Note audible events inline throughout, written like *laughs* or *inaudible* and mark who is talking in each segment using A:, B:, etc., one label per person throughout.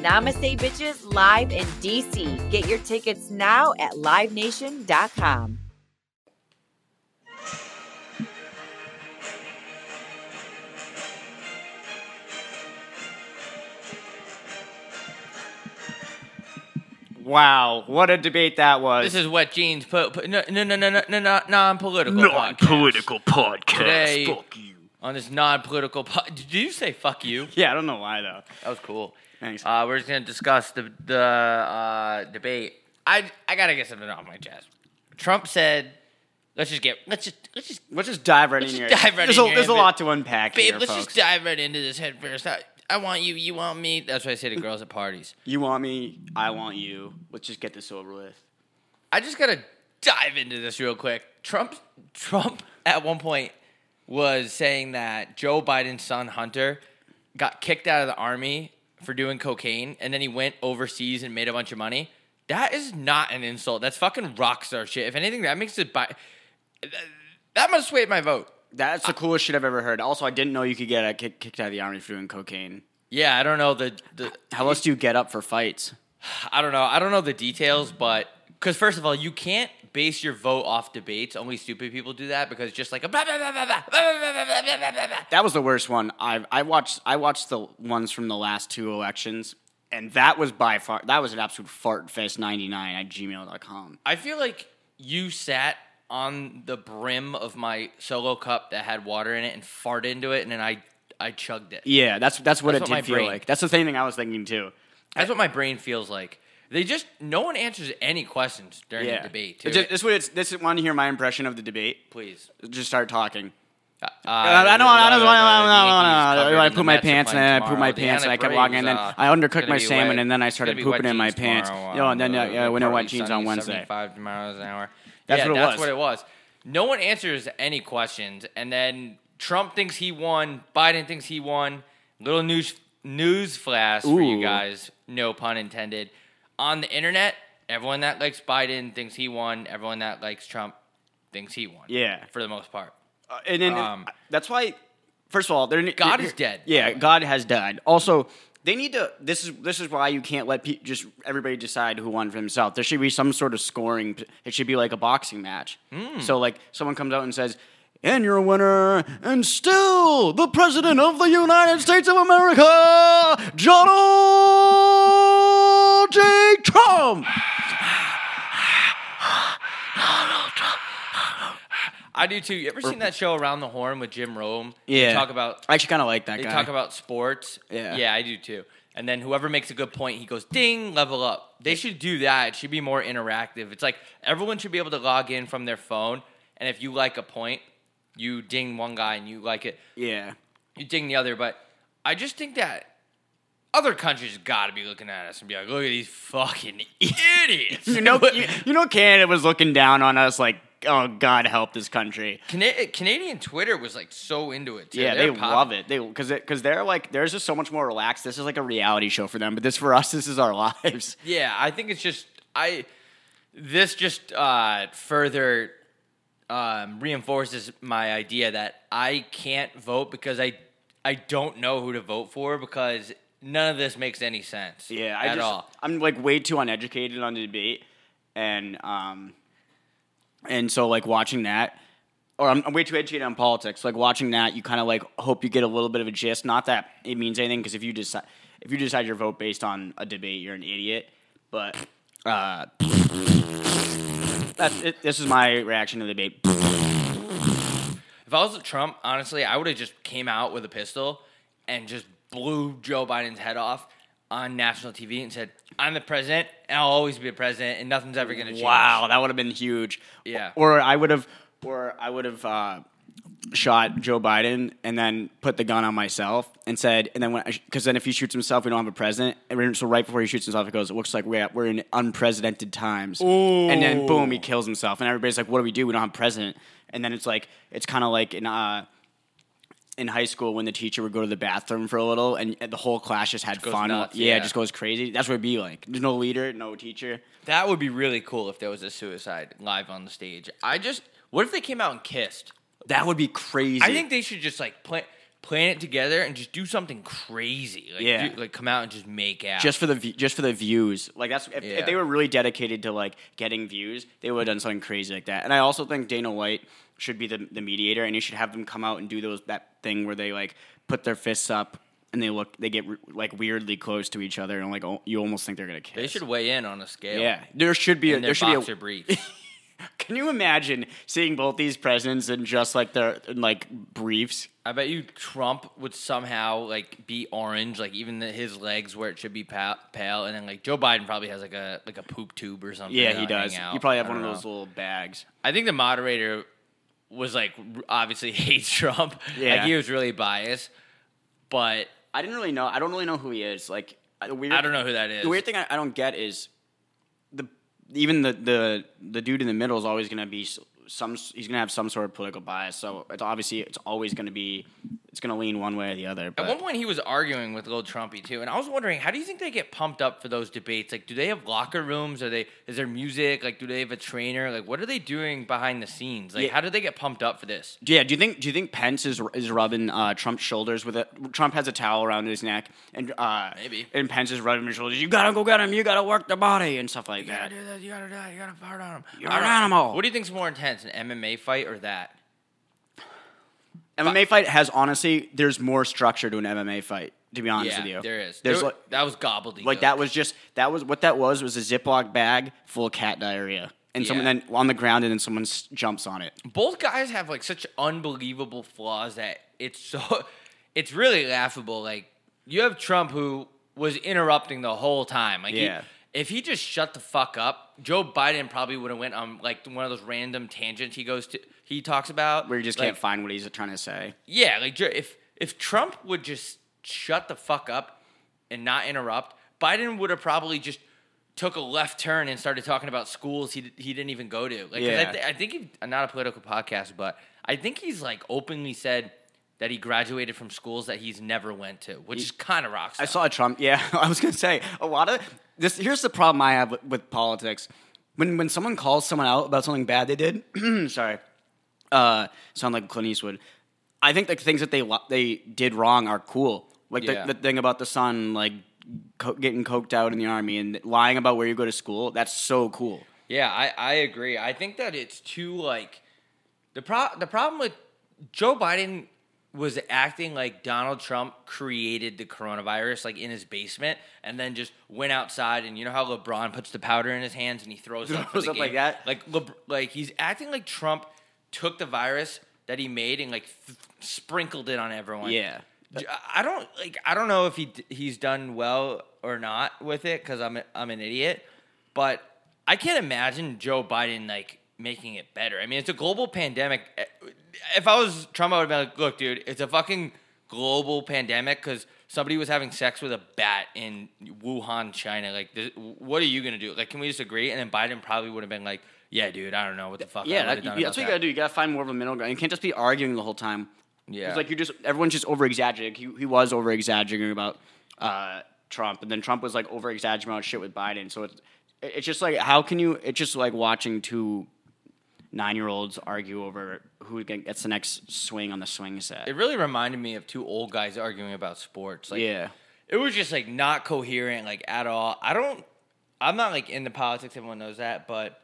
A: Namaste Bitches Live in DC. Get your tickets now at livenation.com.
B: Wow, what a debate that was.
C: This is what jeans put. Po- po- no, no, no, no, no, no, no, non-political. podcast.
D: Non-political podcast.
C: Today-
D: Fuck you.
C: On this non-political. Po- *laughs* Did you say "fuck you"?
B: yeah, I don't know why though.
C: That was cool.
B: Thanks.
C: Uh, we're just gonna discuss the the uh, debate. I I gotta get something off my chest. Trump said, "Let's just get let's just let's just
B: Let's just dive right
C: Let's
B: in
C: just
B: here.
C: dive right
B: there's
C: in
B: a,
C: here,
B: There's a
C: babe.
B: lot to unpack
C: babe,
B: here,
C: let's
B: folks.
C: just dive right into this head first. I, I want you, you want me. That's what I say to girls at parties.
B: you want me? I want you. Let's just get this over with.
C: I just gotta dive into this real quick. Trump Trump at one point was saying that Joe Biden's son Hunter got kicked out of the army for doing cocaine and then he went overseas and made a bunch of money. That is not an insult. That's fucking rock star shit. If anything, that makes it bi- that must sway my vote.
B: That's the coolest shit I've ever heard. Also, I didn't know you could get a kick, kicked out of the army for doing cocaine.
C: Yeah, I don't know the, the
B: How else do you get up for fights?
C: I don't know. I don't know the details, but because first of all, you can't base your vote off debates. Only stupid people do that because it's just like a blah, blah, blah, blah, blah, blah, blah, blah, blah, blah, blah, blah.
B: That was the worst one. I I watched I watched the ones from the last two elections, and that was by far that was an absolute fart fest. Ninety nine at gmail.com.
C: I feel like you sat on the brim of my solo cup that had water in it and farted into it, and then I I chugged it.
B: Yeah, that's that's what
C: That's
B: it did
C: what my
B: feel
C: brain-
B: like. That's the same thing I was thinking too.
C: That's what my brain feels like. They just no one answers any questions during
B: Yeah,
C: the debate.
B: Ju-
C: Too.
B: this what it's this. Want to hear my impression of the debate?
C: Please.
B: Just start talking.
C: Uh,
B: I don't. I don't.
C: the-
B: I don't- I
C: the
B: don't- I don't-
C: Yankees
B: I
C: covered
B: put
C: in
B: my
C: the Mets are
B: pants and
C: playing
B: I put my
C: tomorrow. The
B: pants and I kept
C: Atlanta
B: walking. And then
C: Braves, uh,
B: I undercooked
C: gonna
B: my
C: be
B: salmon
C: wet.
B: and then I
C: It's gonna
B: started
C: be
B: pooping
C: wet
B: in my
C: jeans
B: pants.
C: tomorrow,
B: Yo,
C: uh,
B: and then uh,
C: uh,
B: yeah, when I
C: partly
B: went jeans on
C: sunny,
B: Wednesday.
C: 75 miles an hour.
B: That's
C: yeah,
B: what it
C: that's
B: was.
C: what it was. No one answers any questions, and then Trump thinks he won. Biden thinks he won. Little news news flash for you
B: Ooh.
C: guys. No pun intended. On the internet, everyone that likes Biden thinks he won. Everyone that likes Trump thinks he won.
B: Yeah.
C: for the most part.
B: Uh, and then
C: Um,
B: that's why. First of all, they're,
C: God
B: they're-
C: is dead, by
B: Yeah,
C: the way.
B: God has died. Also, they need to. This is this is why you can't let pe- just everybody decide who won for themselves. There should be some sort of scoring. p- It should be like a boxing match.
C: Hmm.
B: So like someone comes out and says. And you're a winner, and still the president of the United States of America, Donald J. Trump.
C: I do too. You ever seen that show Around the Horn with Jim Rome?
B: Yeah,
C: They talk about
B: I actually kind of like that
C: They
B: guy.
C: talk about sports.
B: Yeah.
C: Yeah, I do too. And then whoever makes a good point, he goes, ding, level up. They should do that. It should be more interactive. It's like everyone should be able to log in from their phone. And if you like a point, you ding one guy and you like it,
B: yeah,
C: you ding the other. But I just think that other countries got to be looking at us and be like, look at these fucking *laughs* idiots.
B: you know, you, you know, Canada was looking down on us like, oh God, help this country.
C: Cana- Canadian Twitter was like so into it. Too.
B: Yeah,
C: They're
B: they
C: popping.
B: love it. They because because they're like theirs is so much more relaxed. This is like a reality show for them, but this for us, this is our *laughs* lives.
C: Yeah, I think it's just I. This just uh, further um, reinforces my idea that I can't vote because I I don't know who to vote for because none of this makes any sense.
B: Yeah, I
C: at
B: just
C: all.
B: I'm like way too uneducated on the debate, and um, and so like watching that. Or I'm, I'm way too educated on politics. Like watching that, you kind of like hope you get a little bit of a gist. Not that it means anything, because if you decide if you decide your vote based on a debate, you're an idiot. But uh, that's it, this is my reaction to the debate.
C: If I was Trump, honestly, I would have just came out with a pistol and just blew Joe Biden's head off on national TV and said, "I'm the president, and I'll always be a president, and nothing's ever going to change."
B: Wow, that would have been huge.
C: Yeah.
B: Or I would have, or I would have uh, shot Joe Biden and then put the gun on myself and said, and then when, because then if he shoots himself, we don't have a president. And we're- so right before he shoots himself, it goes, it looks like we're, we're in unprecedented times. And then boom, he kills himself. And everybody's like, what do we do? We don't have a president. And then it's like, it's kind of like in, uh, in high school when the teacher would go to the bathroom for a little and the whole class just had
C: goes
B: fun.
C: nuts,
B: yeah,
C: yeah.
B: it just goes crazy. That's what it'd be like. There's no leader, no teacher.
C: That would be really cool if there was a suicide live on the stage. I just, what if they came out and kissed?
B: That would be crazy.
C: I think they should just like plan plan it together and just do something crazy. Like,
B: Yeah.
C: do- like come out and just make out.
B: just for the view- just for the views. Like that's if,
C: Yeah.
B: if they were really dedicated to like getting views, they would have done something crazy like that. And I also think Dana White should be the, the mediator, and you should have them come out and do those that thing where they like put their fists up and they look they get like weirdly close to each other and like al- you almost think they're gonna kiss.
C: they should weigh in on a scale.
B: Yeah, there should be a,
C: In
B: there
C: their
B: should be
C: boxer
B: a,
C: briefs.
B: *laughs* Can you imagine seeing both these presidents in just like their in like briefs?
C: I bet you Trump would somehow like be orange, like even the, his legs where it should be pale, pale, and then like Joe Biden probably has like a like a poop tube or something.
B: Yeah, he
C: that'll hang
B: does.
C: out.
B: You probably have
C: I
B: one of
C: don't
B: those
C: know.
B: little bags.
C: I think the moderator was like r- obviously *laughs* hates Trump.
B: Yeah.
C: like he was really biased, but
B: I didn't really know. I don't really know who he is. Like I- the weird,
C: I don't know who that is.
B: The weird thing I, I don't get is the even the the the dude in the middle is always going to be s- some. He's going to have some sort of political bias. So it's obviously it's always going to be it's going to lean one way or the other.
C: At one
B: But
C: point, he was arguing with Lil Trumpy too, and I was wondering, how do you think they get pumped up for those debates? Like, do they have locker rooms? Are they? Is there music? Like, do they have a trainer? Like, what are they doing behind the scenes? Like,
B: Yeah.
C: how do they get pumped up for this?
B: yeah, do you think do you think Pence is is rubbing uh, Trump's shoulders with a Trump has a towel around his neck and uh,
C: Maybe.
B: and Pence is rubbing his shoulders. You gotta go get him. You gotta work the body and stuff like that.
C: do this. You gotta do that. You gotta fart on him.
B: You're an animal.
C: What do you think's more intense, an MMA fight or that?
B: MMA fight has honestly there's more structure to an MMA fight. To be honest
C: yeah,
B: with you,
C: there is.
B: There's
C: There-
B: like,
C: that was gobbledygook.
B: Like that was just that was what that was was a Ziploc bag full of cat diarrhea, and someone
C: Yeah.
B: then on the ground, and then someone s- jumps on it.
C: both guys have like such unbelievable flaws that it's so *laughs* it's really laughable. Like you have Trump who was interrupting the whole time. Like he-
B: Yeah.
C: if he just shut the fuck up, Joe Biden probably would have went on like one of those random tangents he goes to. He talks about
B: Where you just
C: like,
B: can't find what he's trying to say.
C: yeah, like Jer- if if Trump would just shut the fuck up and not interrupt, Biden would have probably just took a left turn and started talking about schools he d- he didn't even go to. Like 'cause I,
B: Yeah.
C: th- I think he not a political podcast, but I think he's like openly said that he graduated from schools that he's never went to, which is kind of rocks.
B: I saw a Trump. Yeah, *laughs* I was gonna say a lot of this. Here's the problem I have with, with politics. When when someone calls someone out about something bad they did, *clears throat* sorry, uh, sound like Clint Eastwood. I think the things that they lo- they did wrong are cool. Like
C: Yeah.
B: the, the thing about the son, like co- getting coked out in the army and lying about where you go to school. That's so cool.
C: Yeah, I, I agree. I think that it's too like the pro the problem with Joe Biden was acting like Donald Trump created the coronavirus like in his basement and then just went outside and you know how LeBron puts the powder in his hands and he throws it up, for
B: Throws
C: the
B: up like
C: game?
B: that?
C: Like Lebr- like he's acting like Trump took the virus that he made and like th- sprinkled it on everyone.
B: Yeah.
C: J- I don't like. I don't know if he d- he's done well or not with it because I'm a, I'm an idiot, but I can't imagine Joe Biden like making it better. I mean, it's a global pandemic. Eh, If I was Trump, I would be like, "Look, dude, it's a fucking global pandemic because somebody was having sex with a bat in Wuhan, China. Like, th- what are you gonna do? Like, can we just agree?" And then Biden probably would have been like, "Yeah, dude, I don't know what the fuck." I
B: Yeah,
C: would've
B: that,
C: done
B: that's what you
C: about
B: gotta do. You gotta find more of a middle ground. You can't just be arguing the whole time.
C: Yeah.
B: it's like you just everyone's just over exaggerating. He, he was over exaggerating about uh, Trump, and then Trump was like over exaggerating about shit with Biden. So it's it's just like how can you? It's just like watching two nine year olds argue over who gets the next swing on the swing set.
C: It really reminded me of two old guys arguing about sports. Like,
B: yeah,
C: it was just like not coherent like at all i don't i'm not like into politics everyone knows that but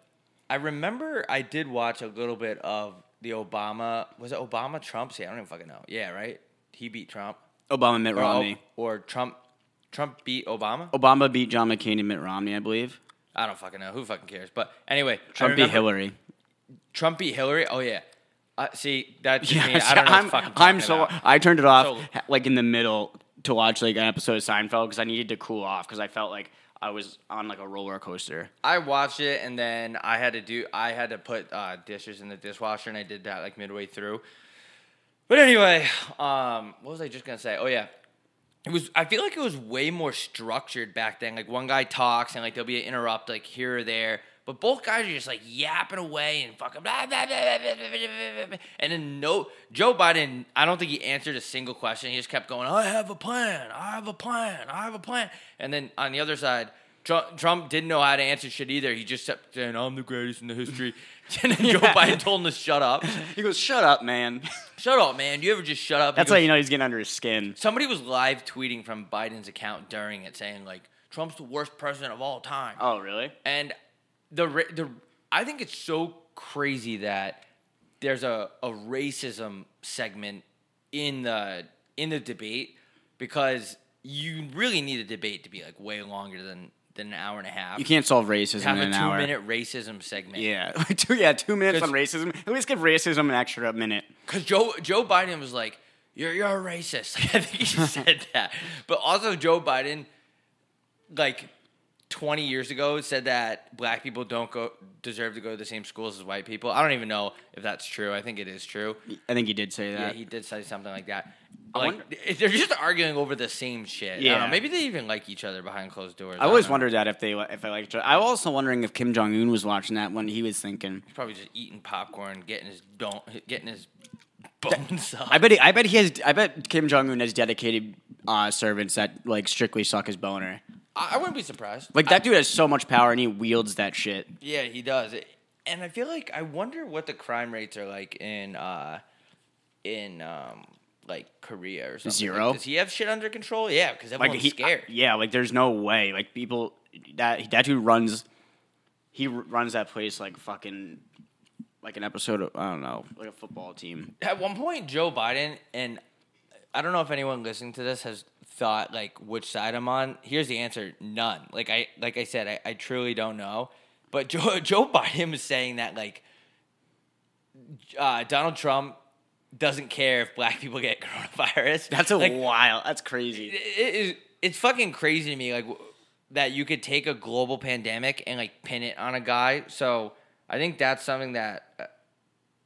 C: i remember i did watch a little bit of the obama was it obama trump see i don't even fucking know yeah right he beat trump
B: Obama Mitt
C: or,
B: Romney.
C: or trump trump beat obama
B: Obama beat John McCain and Mitt Romney, I believe.
C: i don't fucking know who fucking cares but anyway I
B: Trump beat
C: remember-
B: Hillary.
C: trump beat hillary oh yeah uh, see
B: *laughs*
C: that's
B: Yeah,
C: me. i don't know
B: I'm,
C: what fucking
B: I'm
C: talking
B: so
C: about.
B: I turned it off
C: So-
B: ha- like in the middle to watch like an episode of Seinfeld because I needed to cool off because I felt like I was on like a roller coaster.
C: I watched it and then I had to do I had to put uh, dishes in the dishwasher and I did that like midway through. But anyway, um, what was I just gonna say? Oh yeah, it was. I feel like it was way more structured back then. Like one guy talks and like there'll be an interrupt like here or there. But both guys are just like yapping away and fucking blah, blah, blah, blah, blah, blah, blah, blah. and then no Joe Biden. I don't think he answered a single question. He just kept going. I have a plan. I have a plan. I have a plan. And then on the other side, Trump, Trump didn't know how to answer shit either. He just kept saying, "I'm the greatest in the history." *laughs* and then Joe Biden told him to shut up. *laughs*
B: He goes, "Shut up, man." *laughs*
C: Shut up, man. You ever just shut up? He
B: That's
C: goes-
B: how you know he's getting under his skin.
C: Somebody was live tweeting from Biden's account during it saying, like, Trump's the worst president of all time.
B: Oh, really?
C: And the, ra- the I think it's so crazy that there's a, a racism segment in the in the debate because you really need a debate to be like way longer than than an hour and a half.
B: You can't solve racism
C: have
B: in
C: a
B: an
C: two
B: hour.
C: minute racism segment.
B: Yeah, *laughs* Like, two, yeah, two minutes on
C: 'Cause-
B: racism. At least give racism an extra minute.
C: Because Joe Joe Biden was like, "You're you're a racist." *laughs* I think
B: *laughs*
C: he said that. But also Joe Biden, like twenty years ago, said that black people don't go deserve to go to the same schools as white people. I don't even know if that's true. I think it is true.
B: I think he did say
C: Yeah,
B: that.
C: he did say something like that.
B: I
C: Like
B: wonder-
C: they're just arguing over the same shit. I don't
B: Yeah.
C: know. maybe they even like each other behind closed doors.
B: I always
C: don't know.
B: wondered that if they if I liked. I was also wondering if Kim Jong Un was watching that when he was thinking.
C: Probably just eating popcorn, getting his don't, getting his bones up.
B: I bet he, I bet he has I bet Kim Jong Un has dedicated uh, servants that like strictly suck his boner.
C: I, I wouldn't be surprised.
B: Like that dude has so much power and he wields that shit.
C: Yeah, he does. It- and I feel like I wonder what the crime rates are like in uh in um like Korea or something. Like,
B: Zero?
C: does he have shit under control? Yeah, because
B: Like
C: everyone's
B: he,
C: scared.
B: yeah, like there's no way. Like people that that dude runs, he r- runs that place like fucking like an episode of I don't know like a football team. *laughs*
C: At one point, Joe Biden and I don't know if anyone listening to this has thought like which side I'm on. Here's the answer: none. Like I like I said, I, I truly don't know. But *laughs* Joe Joe Biden was saying that like uh, Donald Trump doesn't care if black people get *laughs* coronavirus.
B: That's a
C: like,
B: wild. That's crazy.
C: it is it's fucking crazy to me like w- that you could take a global pandemic and like pin it on a guy so i think that's something that uh,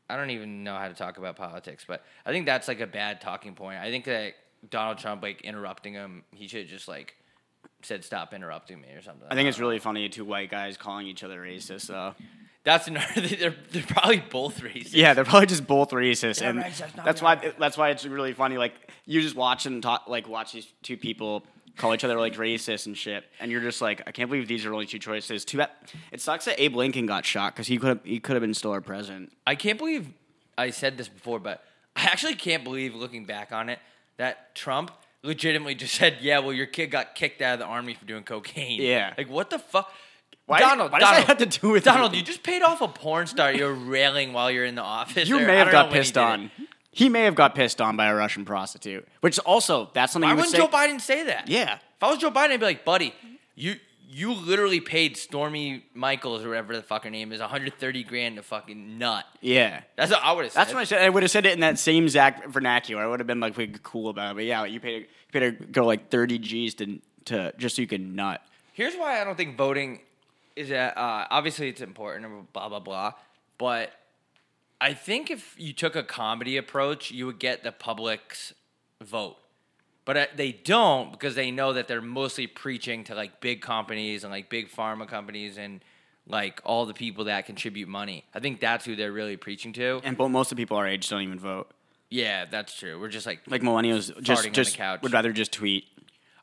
C: i don't even know how to talk about politics but i think that's like a bad talking point i think that donald trump like interrupting him he should have just like said stop interrupting me or something
B: I think it's really funny two white guys calling each other racist though.
C: that's another *laughs* they're, they're probably both racist
B: Yeah, they're probably just both racist, and
C: racist, not
B: that's why
C: racist.
B: that's why it's really funny. Like you just watch and talk, like watch these two people call each other like racist and shit, and you're just like, I can't believe these are only two choices. Too bad. It sucks that Abe Lincoln got shot because he could have he could have been still our president.
C: I can't believe I said this before, but I actually can't believe looking back on it that Trump legitimately just said, "Yeah, well, your kid got kicked out of the army for doing cocaine."
B: Yeah.
C: like what the fuck,
B: Why-
C: Donald?
B: why does that
C: Donald,
B: have to do with
C: Donald?
B: anything?
C: You just paid off a porn star. You're railing while you're in the office.
B: You
C: or-
B: may
C: I
B: have
C: don't know
B: got
C: when he
B: pissed
C: did it.
B: on. He may have got pissed on by a Russian prostitute, which also that's something.
C: Why
B: you would
C: wouldn't
B: say,
C: Joe Biden say that?
B: Yeah.
C: If I was Joe Biden, I'd be like, buddy, you you literally paid Stormy Michaels or whatever the fuck her name is 130 grand to fucking nut.
B: Yeah.
C: That's what I would have said.
B: That's what I said. I would have said it in that same Zach vernacular. I would have been like, "We cool about it." But yeah, you paid you paid a girl like thirty G's to to just so you can nut.
C: Here's why I don't think voting is that uh, obviously it's important and blah blah blah, but I think if you took a comedy approach, you would get the public's vote. But uh, they don't because they know that they're mostly preaching to like big companies and like big pharma companies and like all the people that contribute money. I think that's who they're really preaching to.
B: And but most of the people our age don't even vote.
C: yeah, that's true. We're just like
B: Like millennials, just
C: on the
B: just
C: couch.
B: would rather just tweet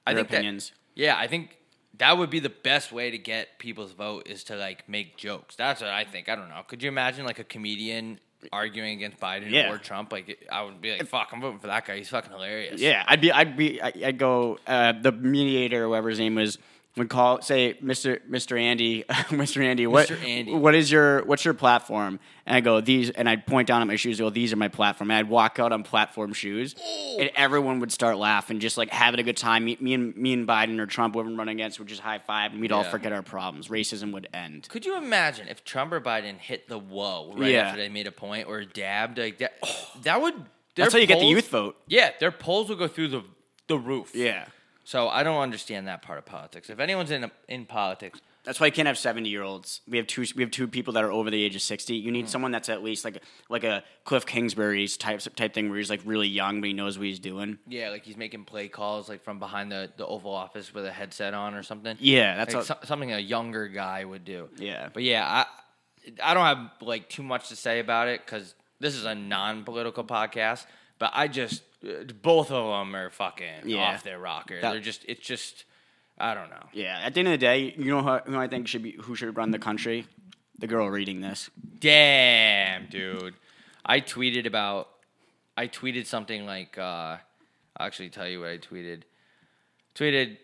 C: I
B: their
C: think that-
B: opinions.
C: yeah, I think that would be the best way to get people's vote is to like make jokes. That's what I think. I don't know. Could you imagine like a comedian arguing against Biden
B: Yeah.
C: or Trump? Like it- I would be like, fuck, I'm voting for that guy. He's fucking hilarious.
B: yeah, I'd be I'd be I- I'd go. Uh, the mediator, or whoever his name was, would call say, "Mr. Mr. Andy, *laughs* Mr. Andy, what
C: Mr. Andy.
B: what is your what's your platform?" And I go these, and I'd point down at my shoes. Go, these are my platform. And I'd walk out on platform shoes, and everyone would start laughing, just like having a good time. Me, me and me and Biden or Trump, whoever I'm running against, would just high five, and we'd all
C: Yeah.
B: forget our problems. Racism would end.
C: Could you imagine if Trump or Biden hit the whoa right
B: Yeah.
C: after they made a point or dabbed like that? that would their
B: That's how you get the
C: polls-
B: youth vote.
C: Yeah, their polls will go through the the roof.
B: Yeah.
C: So I don't understand that part of politics. If anyone's in in politics,
B: That's why you can't have seventy year olds. We have two. We have two people that are over the age of sixty. You need someone that's at least like like a Cliff Kingsbury's type type thing, where he's like really young, but he knows what he's doing.
C: Yeah, like he's making play calls like from behind the, the Oval Office with a headset on or something.
B: Yeah, that's
C: Like,
B: a-
C: so- something a younger guy would do.
B: Yeah.
C: but yeah, I I don't have like too much to say about it because this is a non political podcast. But I just uh, both of them are fucking
B: Yeah.
C: off their rocker.
B: That-
C: They're just it's just I don't know.
B: Yeah. At the end of the day, you know who, who I think should be who should run the country. The girl reading this.
C: Damn, dude. I tweeted about I tweeted something like uh I'll actually tell you what I tweeted. Tweeted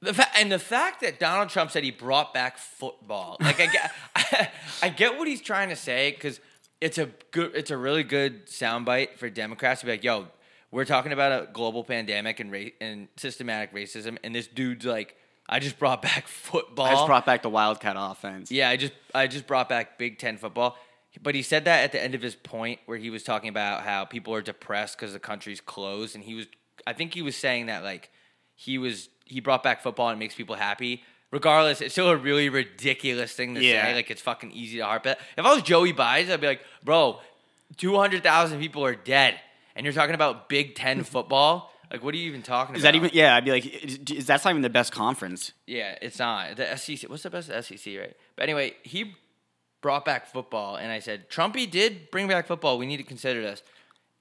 C: the fa- and the fact that Donald Trump said he brought back football. Like I get *laughs* I, get what he's trying to say cuz it's a good it's a really good soundbite for Democrats to be like, "Yo, we're talking about a global pandemic and ra- and systematic racism and this dude's like, I just brought back football."
B: I just brought back the Wildcat offense.
C: Yeah, I just I just brought back Big Ten football, but he said that at the end of his point where he was talking about how people are depressed because the country's closed, and he was I think he was saying that like he was he brought back football and it makes people happy. Regardless, it's still a really ridiculous thing to
B: Yeah.
C: say. Like it's fucking easy to harp at. If I was Joey Bides, I'd be like, bro, two hundred thousand people are dead, and you're talking about Big Ten *laughs* football. Like, what are you even talking
B: Is
C: about?
B: that even? Yeah. I'd be like, is, is that's not even the best conference.
C: Yeah, it's not the SEC. What's the best SEC, right? But anyway, he brought back football, and I said Trumpy did bring back football. We need to consider this.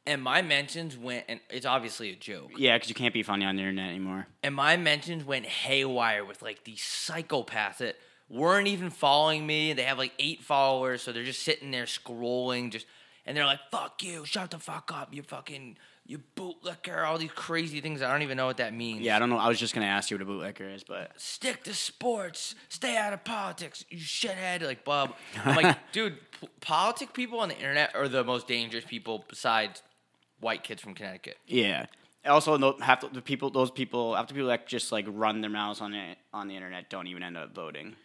C: And my mentions went, and it's obviously a joke.
B: Yeah, because you can't be funny on the internet anymore.
C: And my mentions went haywire with like these psychopaths that weren't even following me. They have like eight followers, so they're just sitting there scrolling, just and they're like, "Fuck you! Shut the fuck up! You fucking you bootlicker!" All these crazy things. I don't even know what that means.
B: Yeah, I don't know. I was just gonna ask you what a bootlicker is, but
C: stick to sports, stay out of politics, you shithead, like Bob. I'm *laughs* like, dude, p- politic people on the internet are the most dangerous people besides white kids from Connecticut.
B: yeah. Also, tho- half the people, those people, half the people that just like run their mouths on it on the internet, don't even end up voting.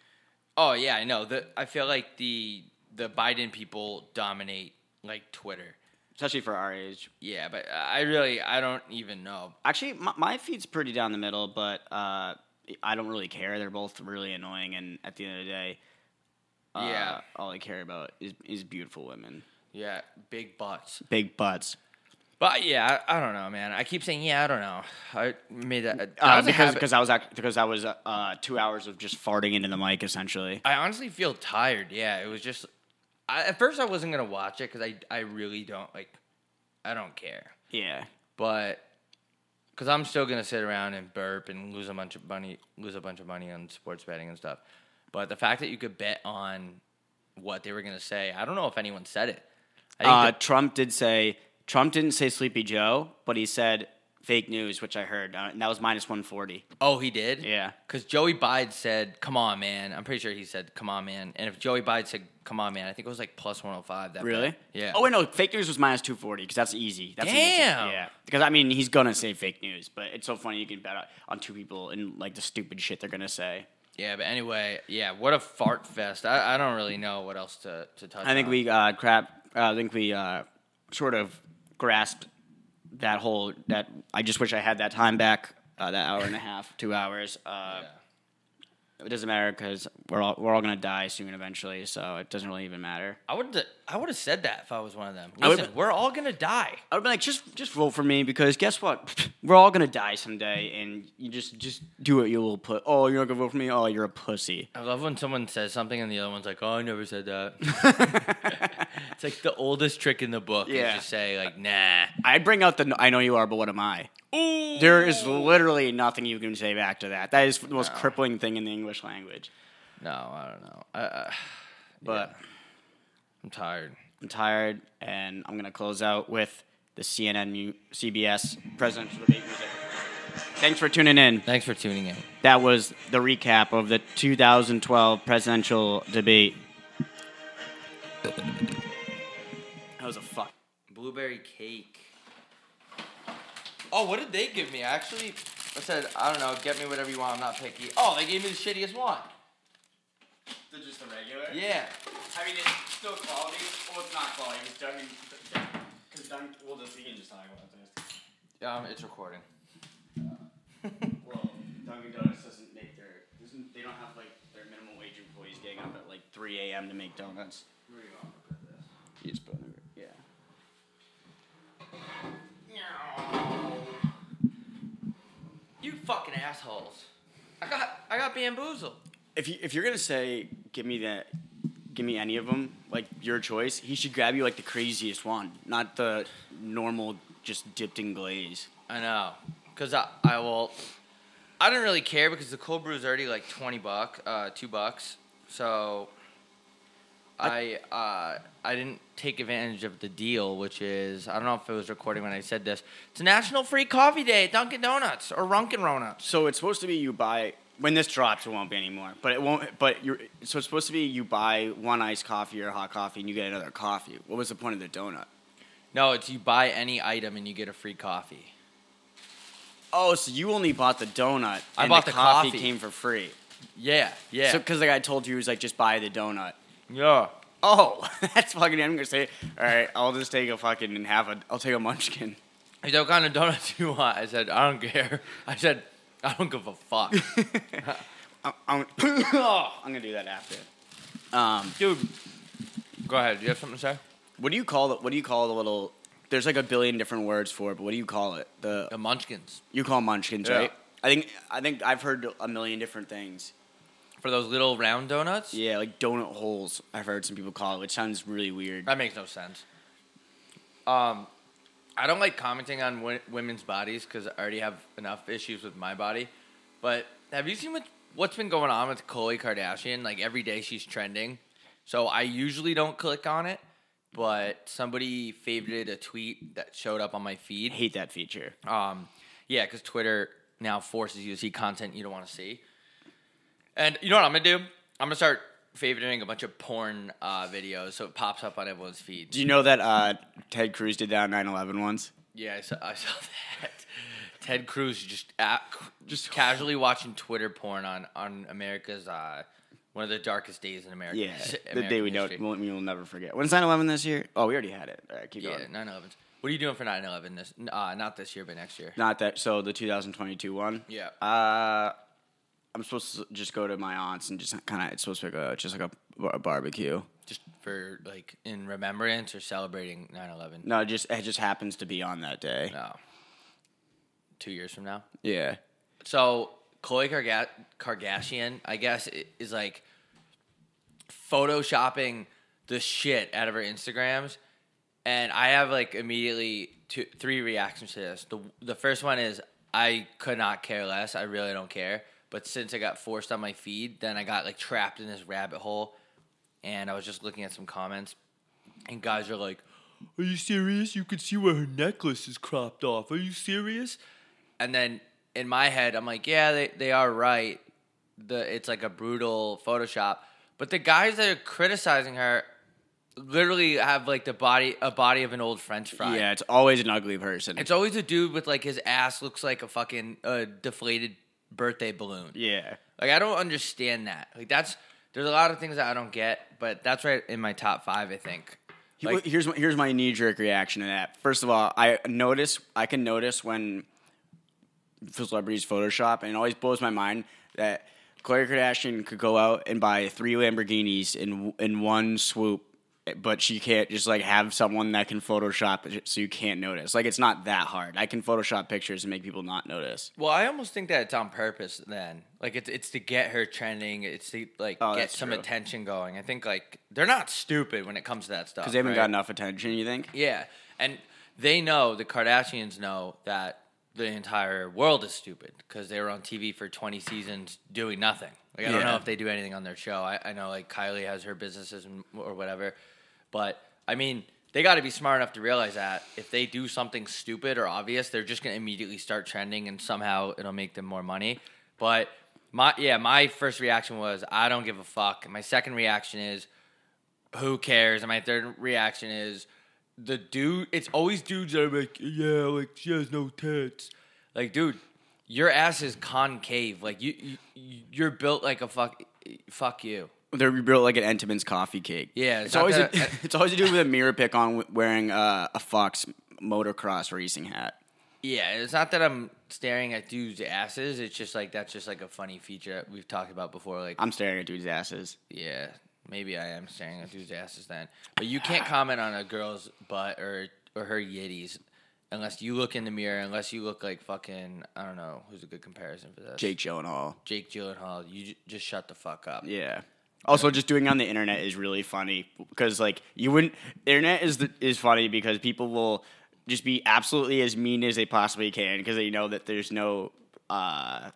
C: Oh yeah, I know. The I feel like the the Biden people dominate like Twitter.
B: Especially for our age.
C: Yeah, but I really I don't even know.
B: Actually, my, my feed's pretty down the middle, but uh, I don't really care. They're both really annoying, and at the end of the day, uh,
C: Yeah.
B: all I care about is is beautiful women,
C: Yeah, big butts.
B: big butts.
C: But yeah, I, I don't know, man. I keep saying yeah, I don't know. I made that, that
B: Uh,
C: was a
B: because
C: habit.
B: because I was act- because I was uh, uh, two hours of just farting into the mic essentially.
C: I honestly feel tired. Yeah, it was just. I, at first, I wasn't gonna watch it because I I really don't like. I don't care,
B: Yeah,
C: but because I'm still gonna sit around and burp and lose a bunch of money, lose a bunch of money on sports betting and stuff. But the fact that you could bet on what they were gonna say, I don't know if anyone said it. I think
B: uh,
C: the-
B: Trump did say Trump didn't say Sleepy Joe, but he said fake news, which I heard, uh, and that was minus one forty.
C: oh, he did.
B: Yeah.
C: Because Joey Bide said, "Come on, man." I'm pretty sure he said, "Come on, man." And if Joey Bide said, "Come on, man," I think it was like plus 105. That bet. Yeah.
B: Oh wait, no, fake news was minus two forty because that's easy. That's an easy-
C: Damn.
B: Yeah, because I mean he's gonna say fake news, but it's so funny you can bet on- on two people and like the stupid shit they're gonna say.
C: Yeah, but anyway, yeah, what a fart fest. I, I don't really know what else to, to touch
B: I think
C: on.
B: we uh, crap. Uh, I think we uh, sort of grasped that whole that. I just wish I had that time back. Uh, that hour and a half, two hours. Uh, It doesn't matter because we're all we're all gonna die soon eventually, so it doesn't really even matter.
C: I would I would have said that if I was one of them.
B: I would-
C: Listen, we're all gonna die.
B: I would be like, just just vote for me because guess what? *laughs* We're all gonna die someday, and you just just do what you will put. Oh, you're not gonna vote for me? Oh, you're a pussy.
C: I love when someone says something and the other one's like, "Oh, I never said that."
B: *laughs*
C: it's like the oldest trick in the book. is
B: Yeah.
C: just say like, "Nah."
B: I'd bring out the I know you are, but what am I?
C: Ooh.
B: There is literally nothing you can say back to that. That is the most crippling thing in the English language.
C: No, I don't know. I, I,
B: But
C: I'm tired.
B: I'm tired, and I'm gonna close out with the CNN mu- CBS presidential debate music. Thanks for tuning in.
C: Thanks for tuning in.
B: That was the recap of the 2012 presidential debate. That was a fuck.
C: Blueberry cake. Oh, what did they give me? I actually, I said, I don't know. Get me whatever you want. I'm not picky. Oh, they gave me the shittiest one.
B: Just the regular?
C: Yeah.
B: I mean, it's still quality. Well, it's not quality. It's Doug and. Because Doug. Well, this, we can just talk about this.
C: Um, it's recording.
B: Well, Dunkin' Donuts doesn't make their. They don't have, like, their minimum them to make donuts. You just put it over- Yeah.
C: You fucking assholes. I got I got bamboozled.
B: If you if you're gonna say give me that, give me any of them, like your choice, he should grab you like the craziest one, not the normal just dipped in glaze.
C: I know, cause I I will. I don't really care because the cold brew is already like twenty buck, uh, two bucks. So I uh, I didn't take advantage of the deal, which is I don't know if it was recording when I said this. It's National Free Coffee Day at Dunkin' Donuts or Runkin' Donuts.
B: So it's supposed to be you buy when this drops, it won't be anymore. But it won't. But you're so it's supposed to be you buy one iced coffee or hot coffee and you get another coffee. What was the point of the donut?
C: No, it's you buy any item and you get a free coffee.
B: Oh, so you only bought the donut.
C: I
B: and
C: bought the
B: coffee,
C: coffee.
B: Came for free.
C: Yeah, yeah,
B: So because the guy told you he was like, just buy the donut.
C: yeah.
B: Oh, *laughs* that's fucking. I'm gonna say, all right, I'll just take a fucking and have a. I'll take a munchkin.
C: He's like, what kind of donuts you want? I said, I don't care. I said, I don't give a fuck.
B: I'm, I'm, *coughs* Oh, I'm gonna do that after. Um,
C: Dude, go ahead. Do you have something to say?
B: what do you call it? What do you call the little? There's like a billion different words for it, but what do you call it? The
C: The Munchkins.
B: you call munchkins,
C: Yeah.
B: right? I think I think I've heard a million different things.
C: For those little round donuts?
B: Yeah, like donut holes. I've heard some people call it, which sounds really weird.
C: That makes no sense. Um, I don't like commenting on w- women's bodies because I already have enough issues with my body. But have you seen what, what's been going on with Khloe Kardashian? Like every day she's trending. So I usually don't click on it, but somebody favorited a tweet that showed up on my feed.
B: I hate that feature.
C: Um, yeah, because Twitter now forces you to see content you don't want to see. And you know what I'm gonna do? I'm gonna start favoriting a bunch of porn uh, videos so it pops up on everyone's feed.
B: Do you know that uh, Ted Cruz did that on 9/11 once?
C: Yeah, I saw, I saw *laughs* that. Ted Cruz just at, just casually watching Twitter porn on on America's uh, one of the darkest days in America. *laughs*
B: Yeah, the
C: American
B: day we don't,
C: history.
B: we'll, we will never forget. When's 9/11 this year? Oh, we already had it. All right, keep
C: Yeah,
B: going.
C: 9/11. What are you doing for 9/11 this? Uh, not this year, but next year.
B: Not that. So the 2022 one.
C: Yeah.
B: Uh, I'm supposed to just go to my aunt's and just kind of. It's supposed to be like a, just like a, bar- barbecue.
C: Just for like in remembrance or celebrating 9/11.
B: No, it just it just happens to be on that day.
C: No. Oh. Two years from now.
B: Yeah.
C: So Khloe Karga- Kardashian, I guess, i- is like photoshopping the shit out of her Instagrams, and I have like immediately two, three reactions to this. The the first one is I could not care less. I really don't care. But since I got forced on my feed, then I got like trapped in this rabbit hole, and I was just looking at some comments, and guys are like, "Are you serious? You can see where her necklace is cropped off. Are you serious?" and then in my head i'm like yeah they, they are right the it's like a brutal photoshop but the guys that are criticizing her literally have like the body a body of an old french fry
B: Yeah. It's always an ugly person.
C: it's always a dude with like his ass looks like a fucking uh, deflated birthday balloon
B: yeah.
C: like i don't understand that like that's there's a lot of things that i don't get but that's right in my top five i think
B: He-
C: like,
B: here's my, here's my knee jerk reaction to that. First of all, I notice I can notice when celebrities Photoshop, and it always blows my mind that Khloe Kardashian could go out and buy three Lamborghinis in in one swoop, but she can't just like have someone that can Photoshop it so you can't notice. Like it's not that hard. I can Photoshop pictures and make people not notice.
C: well i almost think that it's on purpose then like it's, it's to get her trending it's to like
B: Oh,
C: get
B: that's
C: some
B: true.
C: attention going i think like they're not stupid when it comes to that stuff
B: Because they haven't
C: right?
B: got enough attention, you think?
C: yeah and they know the kardashians know that the entire world is stupid because they were on tv for 20 seasons doing nothing like i don't
B: Yeah.
C: know if they do anything on their show i, I know like kylie has her businesses and, or whatever but i mean they got to be smart enough to realize that if they do something stupid or obvious they're just going to immediately start trending and somehow it'll make them more money but my yeah my first reaction was i don't give a fuck my second reaction is who cares? And my third reaction is the dude. It's always dudes that are like, yeah, like she has no tits. Like, dude, your ass is concave. Like you, you you're built like a fuck. Fuck you.
B: They're built like an Entenmann's coffee cake.
C: Yeah, it's
B: it's,
C: not
B: always
C: that-
B: a, it's always a dude with a mirror pick on w- wearing uh, a Fox motocross racing hat.
C: Yeah, it's not that I'm staring at dudes' asses. It's just like that's just like a funny feature that we've talked about before. Like,
B: I'm staring at dudes' asses.
C: yeah, Maybe I am staring at dudes' asses then. But you can't comment on a girl's butt or or her yitties unless you look in the mirror. Unless you look like fucking I don't know who's a good comparison for this.
B: Jake Gyllenhaal.
C: Jake Gyllenhaal. You j- just shut the fuck up.
B: Yeah. Also, just doing it on the internet is really funny because like you wouldn't. Internet is the, is funny because people will just be absolutely as mean as they possibly can because they know that there's no uh,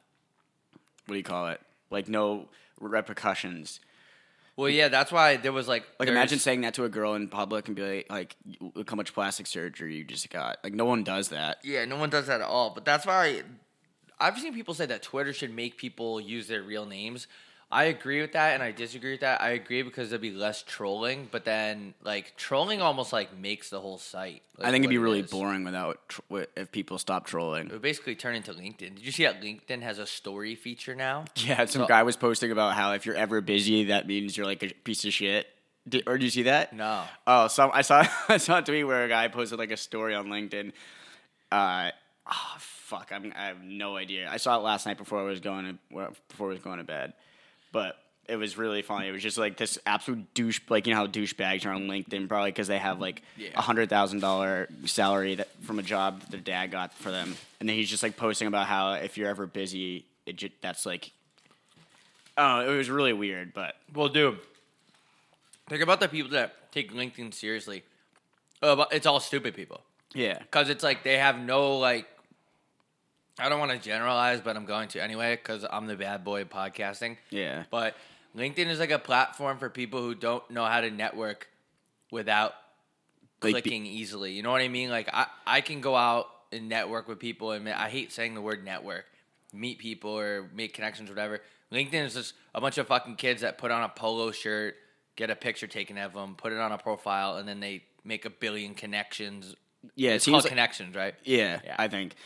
B: what do you call it? Like no repercussions.
C: Well, yeah, that's why there was like
B: Like
C: there's-
B: imagine saying that to a girl in public and be like, like "You- look how much plastic surgery you just got. Like no one does that.
C: Yeah, no one does that at all. But that's why I've seen people say that Twitter should make people use their real names. I agree with that, and I disagree with that. I agree because there'd be less trolling, but then like trolling almost like makes the whole site. like,
B: I think it'd
C: what
B: be
C: it
B: really
C: is.
B: boring without tr- wi- if people stop trolling.
C: It would basically turn into LinkedIn. Did you see that LinkedIn has a story feature now?
B: Yeah, some
C: So-
B: guy was posting about how if you're ever busy, that means you're like a piece of shit. Did, or did you see that?
C: No.
B: Oh, some I saw *laughs* I saw a tweet where a guy posted like a story on LinkedIn. Uh, oh, fuck, I'm, I have no idea. I saw it last night before I was going to well, before I was going to bed, but it was really funny. It was just like this absolute douche, like you know how douchebags are on LinkedIn, probably because they have like a
C: Yeah.
B: hundred thousand dollar salary that, from a job that their dad got for them, and then he's just like posting about how if you're ever busy, it ju- that's like. Oh, it was really weird, but
C: Well, dude, think about the people that take LinkedIn seriously. Uh, but it's all stupid people.
B: yeah,
C: because it's like they have no like i don't want to generalize but i'm going to anyway because i'm the bad boy of podcasting
B: Yeah.
C: but linkedin is like a platform for people who don't know how to network without
B: Like, be-
C: clicking easily you know what i mean like i, I can go out and network with people and i hate saying the word network meet people or make connections whatever linkedin is just a bunch of fucking kids that put on a polo shirt get a picture taken of them put it on a profile and then they make a billion connections
B: yeah. It
C: it's
B: seems
C: called
B: like-
C: connections, right?
B: Yeah,
C: Yeah.
B: I think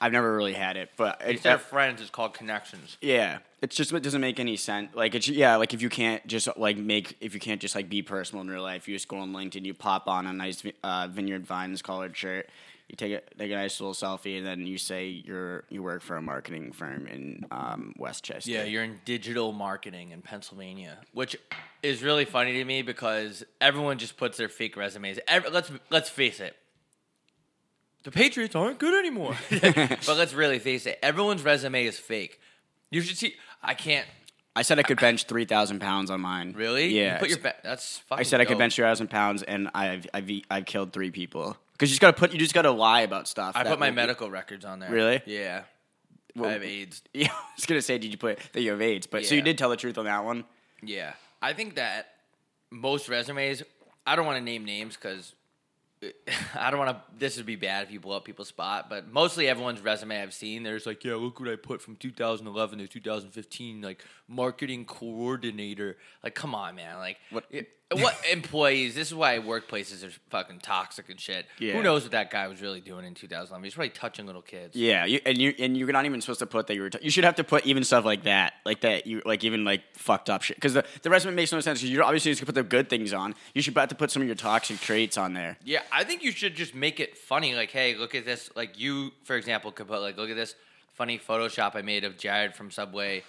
B: I've never really had it, but it, uh,
C: Instead of friends, it's called connections.
B: yeah, it's just it doesn't make any sense. Like it's yeah, like if you can't just like make if you can't just like be personal in real life, you just go on LinkedIn, you pop on a nice vi- uh, Vineyard Vines collared shirt, you take a take a nice little selfie, and then you say you're you work for a marketing firm in um, Westchester.
C: Yeah, you're in digital marketing in Pennsylvania, which is really funny to me because everyone just puts their fake resumes. Ev- let's let's face it, the Patriots aren't good anymore. *laughs* but let's really face it, everyone's resume is fake. You should see. I can't
B: I said I could bench three thousand pounds on mine.
C: really.
B: Yeah,
C: you put your be- that's. Fucking
B: I said I could
C: dope.
B: bench three thousand pounds, and I've I've e- I've killed three people. Because you just gotta put, you just gotta lie about stuff.
C: I
B: that
C: put my
B: won't be-
C: medical records on there.
B: Really?
C: Yeah. I have AIDS.
B: Yeah, *laughs* I was gonna say, did you put that you have AIDS? But so you
C: Yeah.
B: did tell the truth on that one.
C: Yeah, I think that most resumes. I don't want to name names because *laughs* I don't want to. This would be bad if you blow up people's spot. But mostly everyone's resume I've seen, they're just like, "Yeah, look what I put from 2011 to 2015, like marketing coordinator." Like, come on, man. Like,
B: What-
C: what? what employees? This is why workplaces are fucking toxic and shit.
B: Yeah.
C: Who knows what that guy was really doing in 2011? He's probably touching little kids.
B: Yeah, you, and you and you're not even supposed to put that you were. T- you should have to put even stuff like that, like that you like even like fucked up shit. Because the, the resume makes no sense. 'cause You're obviously just gonna put the good things on. You should have to put some of your toxic traits on there.
C: Yeah, I think you should just make it funny. Like, hey, look at this. Like, you, for example, could put like, look at this funny Photoshop I made of Jared from Subway.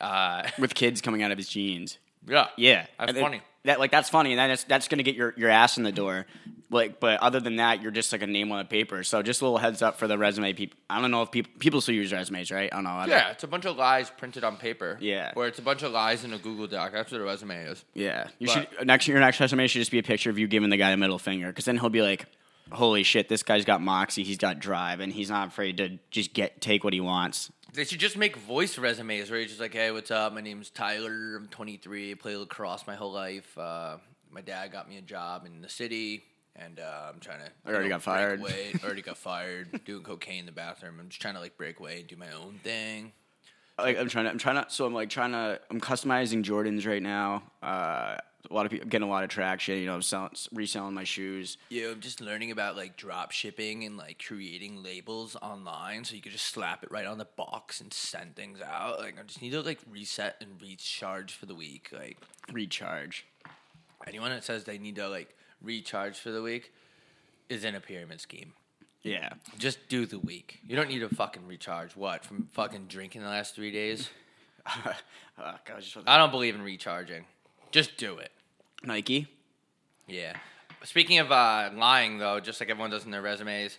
C: Uh,
B: With kids coming out of his jeans.
C: yeah,
B: Yeah,
C: that's
B: And it-
C: funny.
B: That like that's funny, and that's that's gonna get your, your ass in the door. Like, but other than that, you're just like a name on a paper. So just a little heads up for the resume people. I don't know if people people still use resumes, right? I don't know. I don't-
C: Yeah, it's a bunch of lies printed on paper.
B: Yeah.
C: or it's a bunch of lies in a Google Doc. That's what a resume is.
B: Yeah, you
C: But-
B: should next your next resume should just be a picture of you giving the guy the middle finger because then he'll be like, "Holy shit, this guy's got moxie, he's got drive, and he's not afraid to just get take what he wants."
C: They should just make voice resumes where you're just like, hey, what's up? My name's Tyler. I'm 23. I play lacrosse my whole life. Uh, my dad got me a job in the city, and uh, I'm trying to.
B: I already
C: you
B: got fired.
C: break
B: *laughs*
C: Away. already got fired. Doing cocaine in the bathroom. I'm just trying to like break away and do my own thing.
B: Like I'm trying to, I'm trying to, so I'm like trying to, I'm customizing Jordans right now. Uh, a lot of people I'm getting a lot of traction. You know, I'm selling, reselling my shoes.
C: Yeah, I'm just learning about like drop shipping and like creating labels online so you could just slap it right on the box and send things out. Like I just need to like reset and recharge for the week. Like
B: Recharge.
C: anyone that says they need to like recharge for the week is in a pyramid scheme.
B: Yeah,
C: Just do the week. You don't need to fucking recharge. What from fucking drinking the last three days?
B: Fuck, Uh, I was just
C: I don't believe in recharging. Just do it.
B: Nike.
C: Yeah. Speaking of uh, lying, though, just like everyone does in their resumes,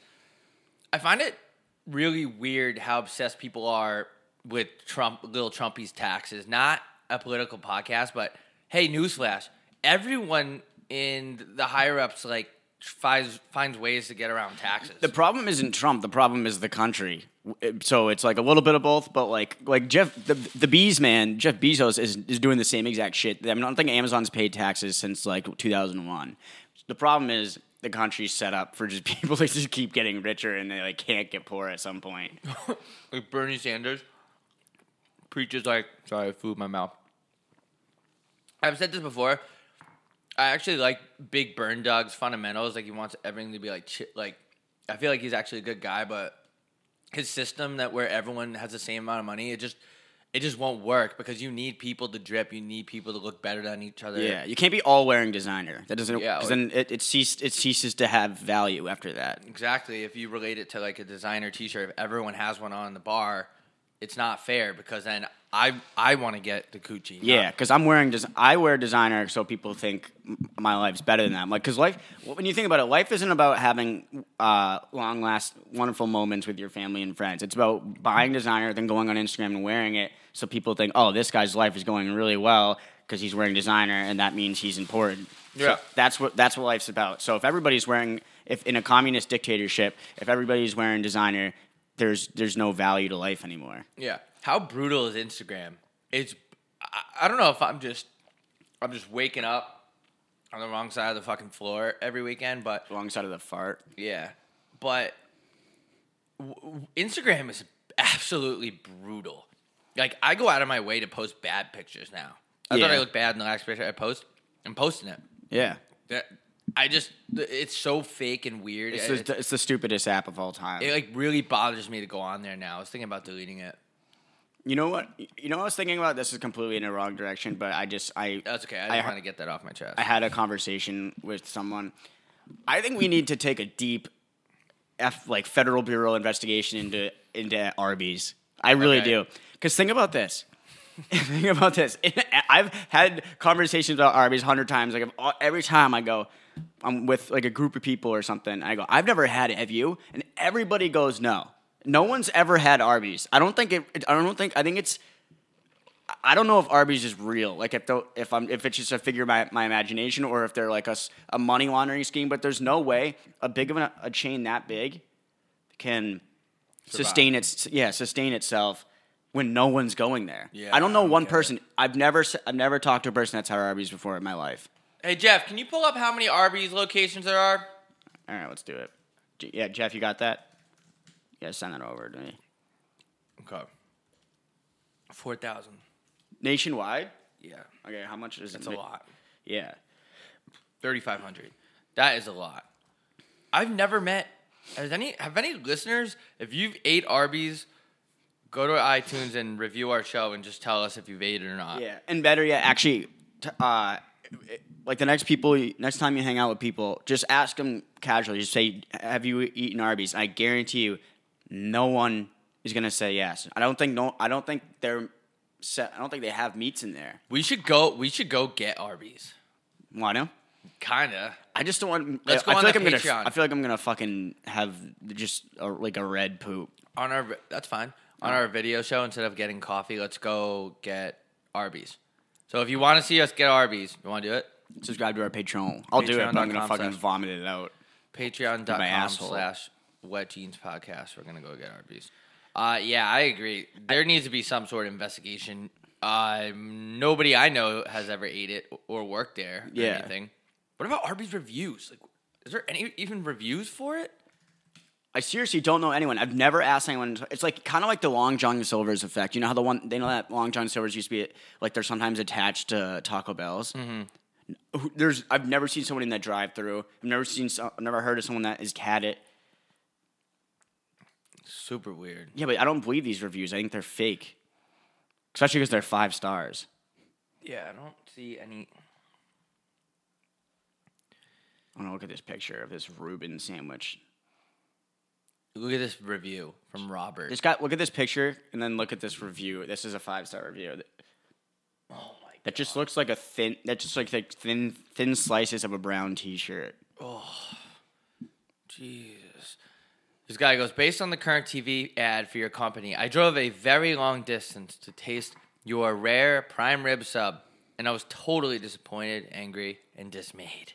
C: I find it really weird how obsessed people are with Trump, little Trumpy's taxes. Not a political podcast, but hey, newsflash: everyone in the higher ups like finds finds ways to get around taxes.
B: The problem isn't Trump. The problem is the country. W- So it's like a little bit of both, but like like Jeff the the bees man Jeff Bezos is is doing the same exact shit. I mean, I don't think Amazon's paid taxes since like 2001. The problem is the country's set up for just *laughs* people to just keep getting richer and they like can't get poor at some point.
C: like Bernie Sanders preaches like sorry, food in my mouth. I've said this before. I actually like Big Burn Dog's fundamentals. Like he wants everything to be like chi- like. I feel like he's actually a good guy, but his system that where everyone has the same amount of money, it just it just won't work because you need people to drip. You need people to look better than each other.
B: Yeah, you can't be all wearing designer. That doesn't.
C: Yeah,
B: Yeah, then it it, ceased, it ceases to have value after that.
C: Exactly. If you relate it to like a designer T-shirt, if everyone has one on in the bar, it's not fair because then I I want to get the coochie. not
B: Yeah, because I'm wearing des- I wear designer, so people think m- my life's better than that. Like, because life, when you think about it, life isn't about having uh, long last, wonderful moments with your family and friends. It's about buying designer, then going on Instagram and wearing it, so people think, oh, this guy's life is going really well because he's wearing designer, and that means he's important. So
C: Yeah.
B: that's what that's what life's about. So if everybody's wearing, if in a communist dictatorship, if everybody's wearing designer, there's there's no value to life anymore.
C: Yeah. How brutal is Instagram? It's I, I don't know if I'm just I'm just waking up on the wrong side of the fucking floor every weekend, but
B: Alongside of the fart.
C: yeah. But w- w- Instagram is absolutely brutal. Like I go out of my way to post bad pictures now. I thought I
B: Yeah.
C: looked bad in the last picture I post. I'm posting it.
B: Yeah.
C: That- I just it's so fake and weird.
B: It's,
C: It's-
B: the, it's the stupidest app of all time.
C: it like really bothers me to go on there now. I was thinking about deleting it.
B: you know what? You know what I was thinking about. This is completely in the wrong direction, but I just I
C: That's okay. I
B: I
C: just
B: heard-
C: want to get that off my chest.
B: I had a conversation with someone. I think we need to take a deep, F, like federal bureau investigation into into Arby's. I really
C: Okay.
B: do. Because think about this. *laughs* think about this. *laughs* I've had conversations about Arby's hundred times. Like if- every time I go, I'm with like a group of people or something. And I go, I've never had it. Have you? And everybody goes, No. No one's ever had Arby's. I don't think it. it- I don't think. I think it's. I don't know if Arby's is real. Like if the, if I'm if it's just a figure of my, my imagination or if they're like a, s- a money laundering scheme. But there's no way a big of an, a chain that big can sustain its yeah sustain itself when no one's going there.
C: Yeah,
B: I don't know
C: I don't
B: one
C: get it.
B: person. I've never s- I've never talked to a person that's had Arby's before in my life.
C: Hey Jeff, can you pull up how many Arby's locations there are?
B: All right, let's do it. J- yeah, Jeff, you got that? Yeah, send that over to me.
C: Okay. Four thousand.
B: Nationwide.
C: Yeah,
B: Okay, how much is
C: that's
B: it?
C: a
B: ma-
C: lot.
B: Yeah.
C: Thirty five hundred. That is a lot. I've never met. Has any have any listeners? If you've ate Arby's, go to iTunes and review our show and just tell us if you've ate it or not.
B: Yeah, and better yet, actually, t- uh, it- like the next people, you- next time you hang out with people, just ask them casually. Just say, "Have you eaten Arby's?" I guarantee you, no one is gonna say yes. I don't think no. I don't think they're. Set, I don't think they have meats in there.
C: We should go. We should go get Arby's.
B: Why no?
C: Kinda.
B: I just don't want.
C: Let's
B: I,
C: go
B: I
C: on
B: feel like
C: the
B: I'm gonna.
C: Patreon.
B: I feel like I'm gonna fucking have just a, like a red poop.
C: On our that's fine. On our video show, instead of getting coffee, let's go get Arby's. So if you want to see us get Arby's, you want to do it?
B: Subscribe to our Patreon. I'll do it, but I'm gonna
C: Patreon.com
B: fucking
C: slash-
B: vomit it out. My
C: patreon.com
B: asshole.
C: slash wet jeans podcast we're gonna go get arby's uh yeah i agree there needs to be some sort of investigation uh nobody i know has ever ate it or worked there or
B: Yeah.
C: anything what about arby's reviews like is there any even reviews for it
B: I seriously don't know anyone. I've never asked anyone. It's like kind of like the Long John Silver's effect. You know how the one they know that Long John Silver's used to be like they're sometimes attached to Taco Bell's. Who- There's I've never seen someone in that drive-through. I've never seen so- I've never heard of someone that has had it.
C: super weird
B: Yeah, but I don't believe these reviews. I think they're fake, especially because they're five stars.
C: yeah i don't see any
B: I want to look at this picture of this Reuben sandwich.
C: look at this review from robert
B: This guy, look at this picture and then look at this review. This is a five-star review.
C: oh my
B: That just looks like a thin. That just looks like thin, thin slices of a brown T-shirt.
C: Jesus. This guy goes, based on the current TV ad for your company, I drove a very long distance to taste your rare prime rib sub, and I was totally disappointed, angry, and dismayed.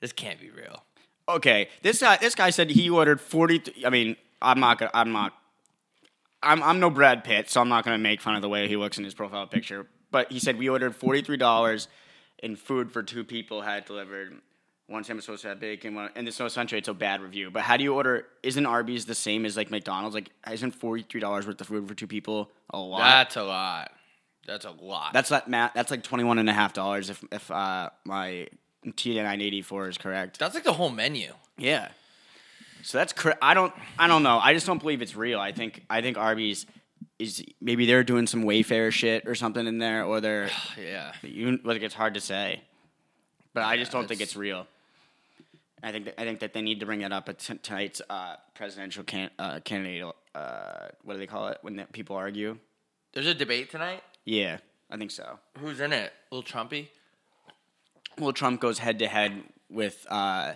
C: This can't be real.
B: Okay, this guy. This guy said he ordered forty. I mean, I'm not. gonna I'm not. I'm I'm no Brad Pitt, so I'm not gonna make fun of the way he looks in his profile picture. But he said we ordered forty three dollars in food for two people had delivered. One time it's supposed to have bacon, one, and there's no sunshade, so bad review. But how do you order? Isn't Arby's the same as like McDonald's? Like, isn't forty three dollars worth of food for two people a lot?
C: That's a lot. That's a lot.
B: That's not math. That's like twenty one and a half dollars if if uh, my T nine eighty four is correct.
C: That's like the whole menu.
B: Yeah. So that's cr- I don't I don't know. I just don't believe it's real. I think I think Arby's is maybe they're doing some Wayfair shit or something in there, or
C: *sighs*
B: they're
C: Yeah.
B: you, like it's hard to say. But I just
C: Yeah,
B: don't think
C: it's-
B: it's real. I think that, I think that they need to bring that up at t- tonight's uh, presidential can- uh, candidate. Uh, what do they call it when that people argue?
C: There's a debate tonight.
B: Yeah, I think so.
C: Who's in it? Little Trumpy?
B: Well, Trump goes head to head with uh,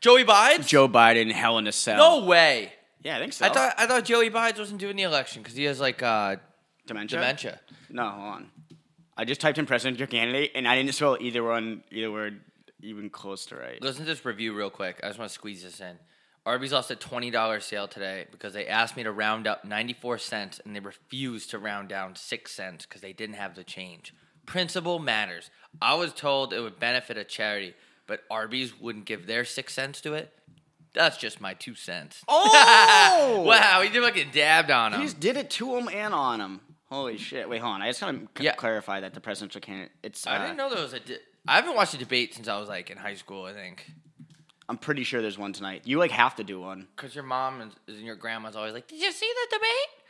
C: Joey Bides?
B: Joe Biden, hell in a cell.
C: no way.
B: yeah, I think so.
C: I thought I thought Joey Bides wasn't doing the election because he has like uh,
B: dementia.
C: dementia.
B: No, hold on. I just typed in presidential candidate, and I didn't spell either one, either word, even close to right.
C: Listen to this review real quick. I just want to squeeze this in. Arby's lost a twenty dollar sale today because they asked me to round up ninety four cents and they refused to round down six cents because they didn't have the change. Principle matters. I was told it would benefit a charity, but Arby's wouldn't give their six cents to it. That's just my two cents. *laughs*
B: Oh!
C: wow, he did fucking dabbed on him.
B: He just did it to him and on him. Holy shit! Wait, hold on. I just gotta c-
C: Yeah.
B: clarify that the presidential candidate. It's.
C: I
B: uh,
C: didn't know there was a. De- I haven't watched a debate since I was like in high school. I think
B: I'm pretty sure there's one tonight. You like have to do one.
C: because your mom and, and your grandma's always like, "Did you see the debate?"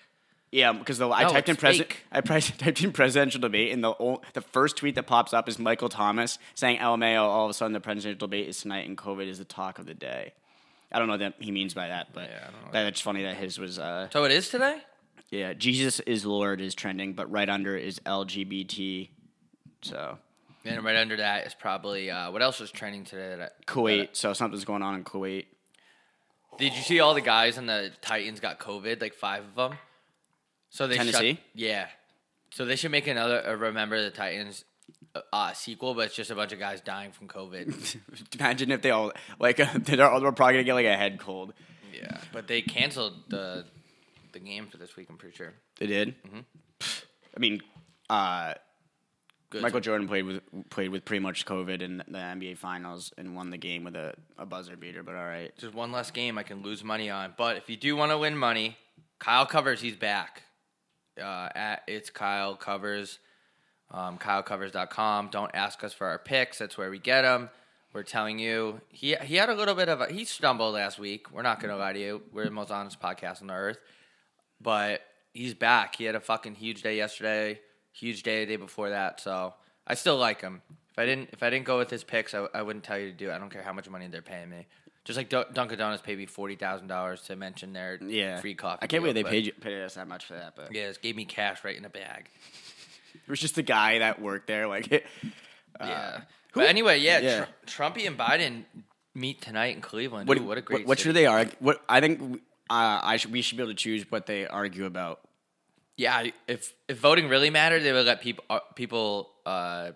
B: Yeah, because the I
C: No,
B: typed in
C: it's
B: president.
C: fake.
B: I *laughs* pres- typed in presidential debate, and the ol- the first tweet that pops up is Michael Thomas saying LMAO. All of a sudden, the presidential debate is tonight, and COVID is the talk of the day. I don't know what he means by that, but
C: Yeah, I don't know.
B: that's funny that his was. Uh,
C: So it is today.
B: Yeah, Jesus is Lord is trending, but right under is LGBT. So
C: And right under that is probably uh, what else was trending today? That I,
B: Kuwait. So something's going on in Kuwait. *laughs*
C: did you see all the guys on the Titans got COVID? Like five of them. So they Shut,
B: Tennessee?
C: yeah. So they should make another uh, Remember the Titans uh, uh, sequel, but it's just a bunch of guys dying
B: *laughs*
C: from COVID.
B: Imagine if they all like *laughs* they're all they're probably gonna get like a head cold.
C: yeah, but they canceled the the game for this week. I'm pretty sure.
B: They did.
C: Mm-hmm.
B: I mean, uh,
C: Good.
B: Michael Jordan played with played with pretty much COVID in the NBA Finals and won the game with a, a buzzer beater. But all right,
C: There's one less game I can lose money on. But if you do want to win money, Kyle Covers, he's back. Uh, at it's Kyle Covers, um, KyleCovers.com. Don't ask us for our picks. That's where we get them. We're telling you he he had a little bit of a he stumbled last week. We're not gonna lie to you. We're the most honest podcast on the earth. But he's back. He had a fucking huge day yesterday. Huge day the day before that. So I still like him. If I didn't if I didn't go with his picks, I, I wouldn't tell you to do. it. I don't care how much money they're paying me. Just like Dun- Dunkin' Donuts paid me forty thousand dollars to mention their
B: yeah,
C: free coffee.
B: I can't believe they
C: deal, but-
B: paid you, paid us that much for that. But
C: Yeah, just gave me cash right in a bag.
B: it was just the guy that worked there. Like, *laughs*
C: Yeah. But anyway, yeah,
B: Uh, yeah.
C: Tr- Trumpy and Biden meet tonight in Cleveland. Ooh, what a great.
B: What, what should
C: city.
B: they argue? What I think uh, I should we should be able to choose what they argue about.
C: Yeah, if if voting really mattered, they would let people uh, people uh,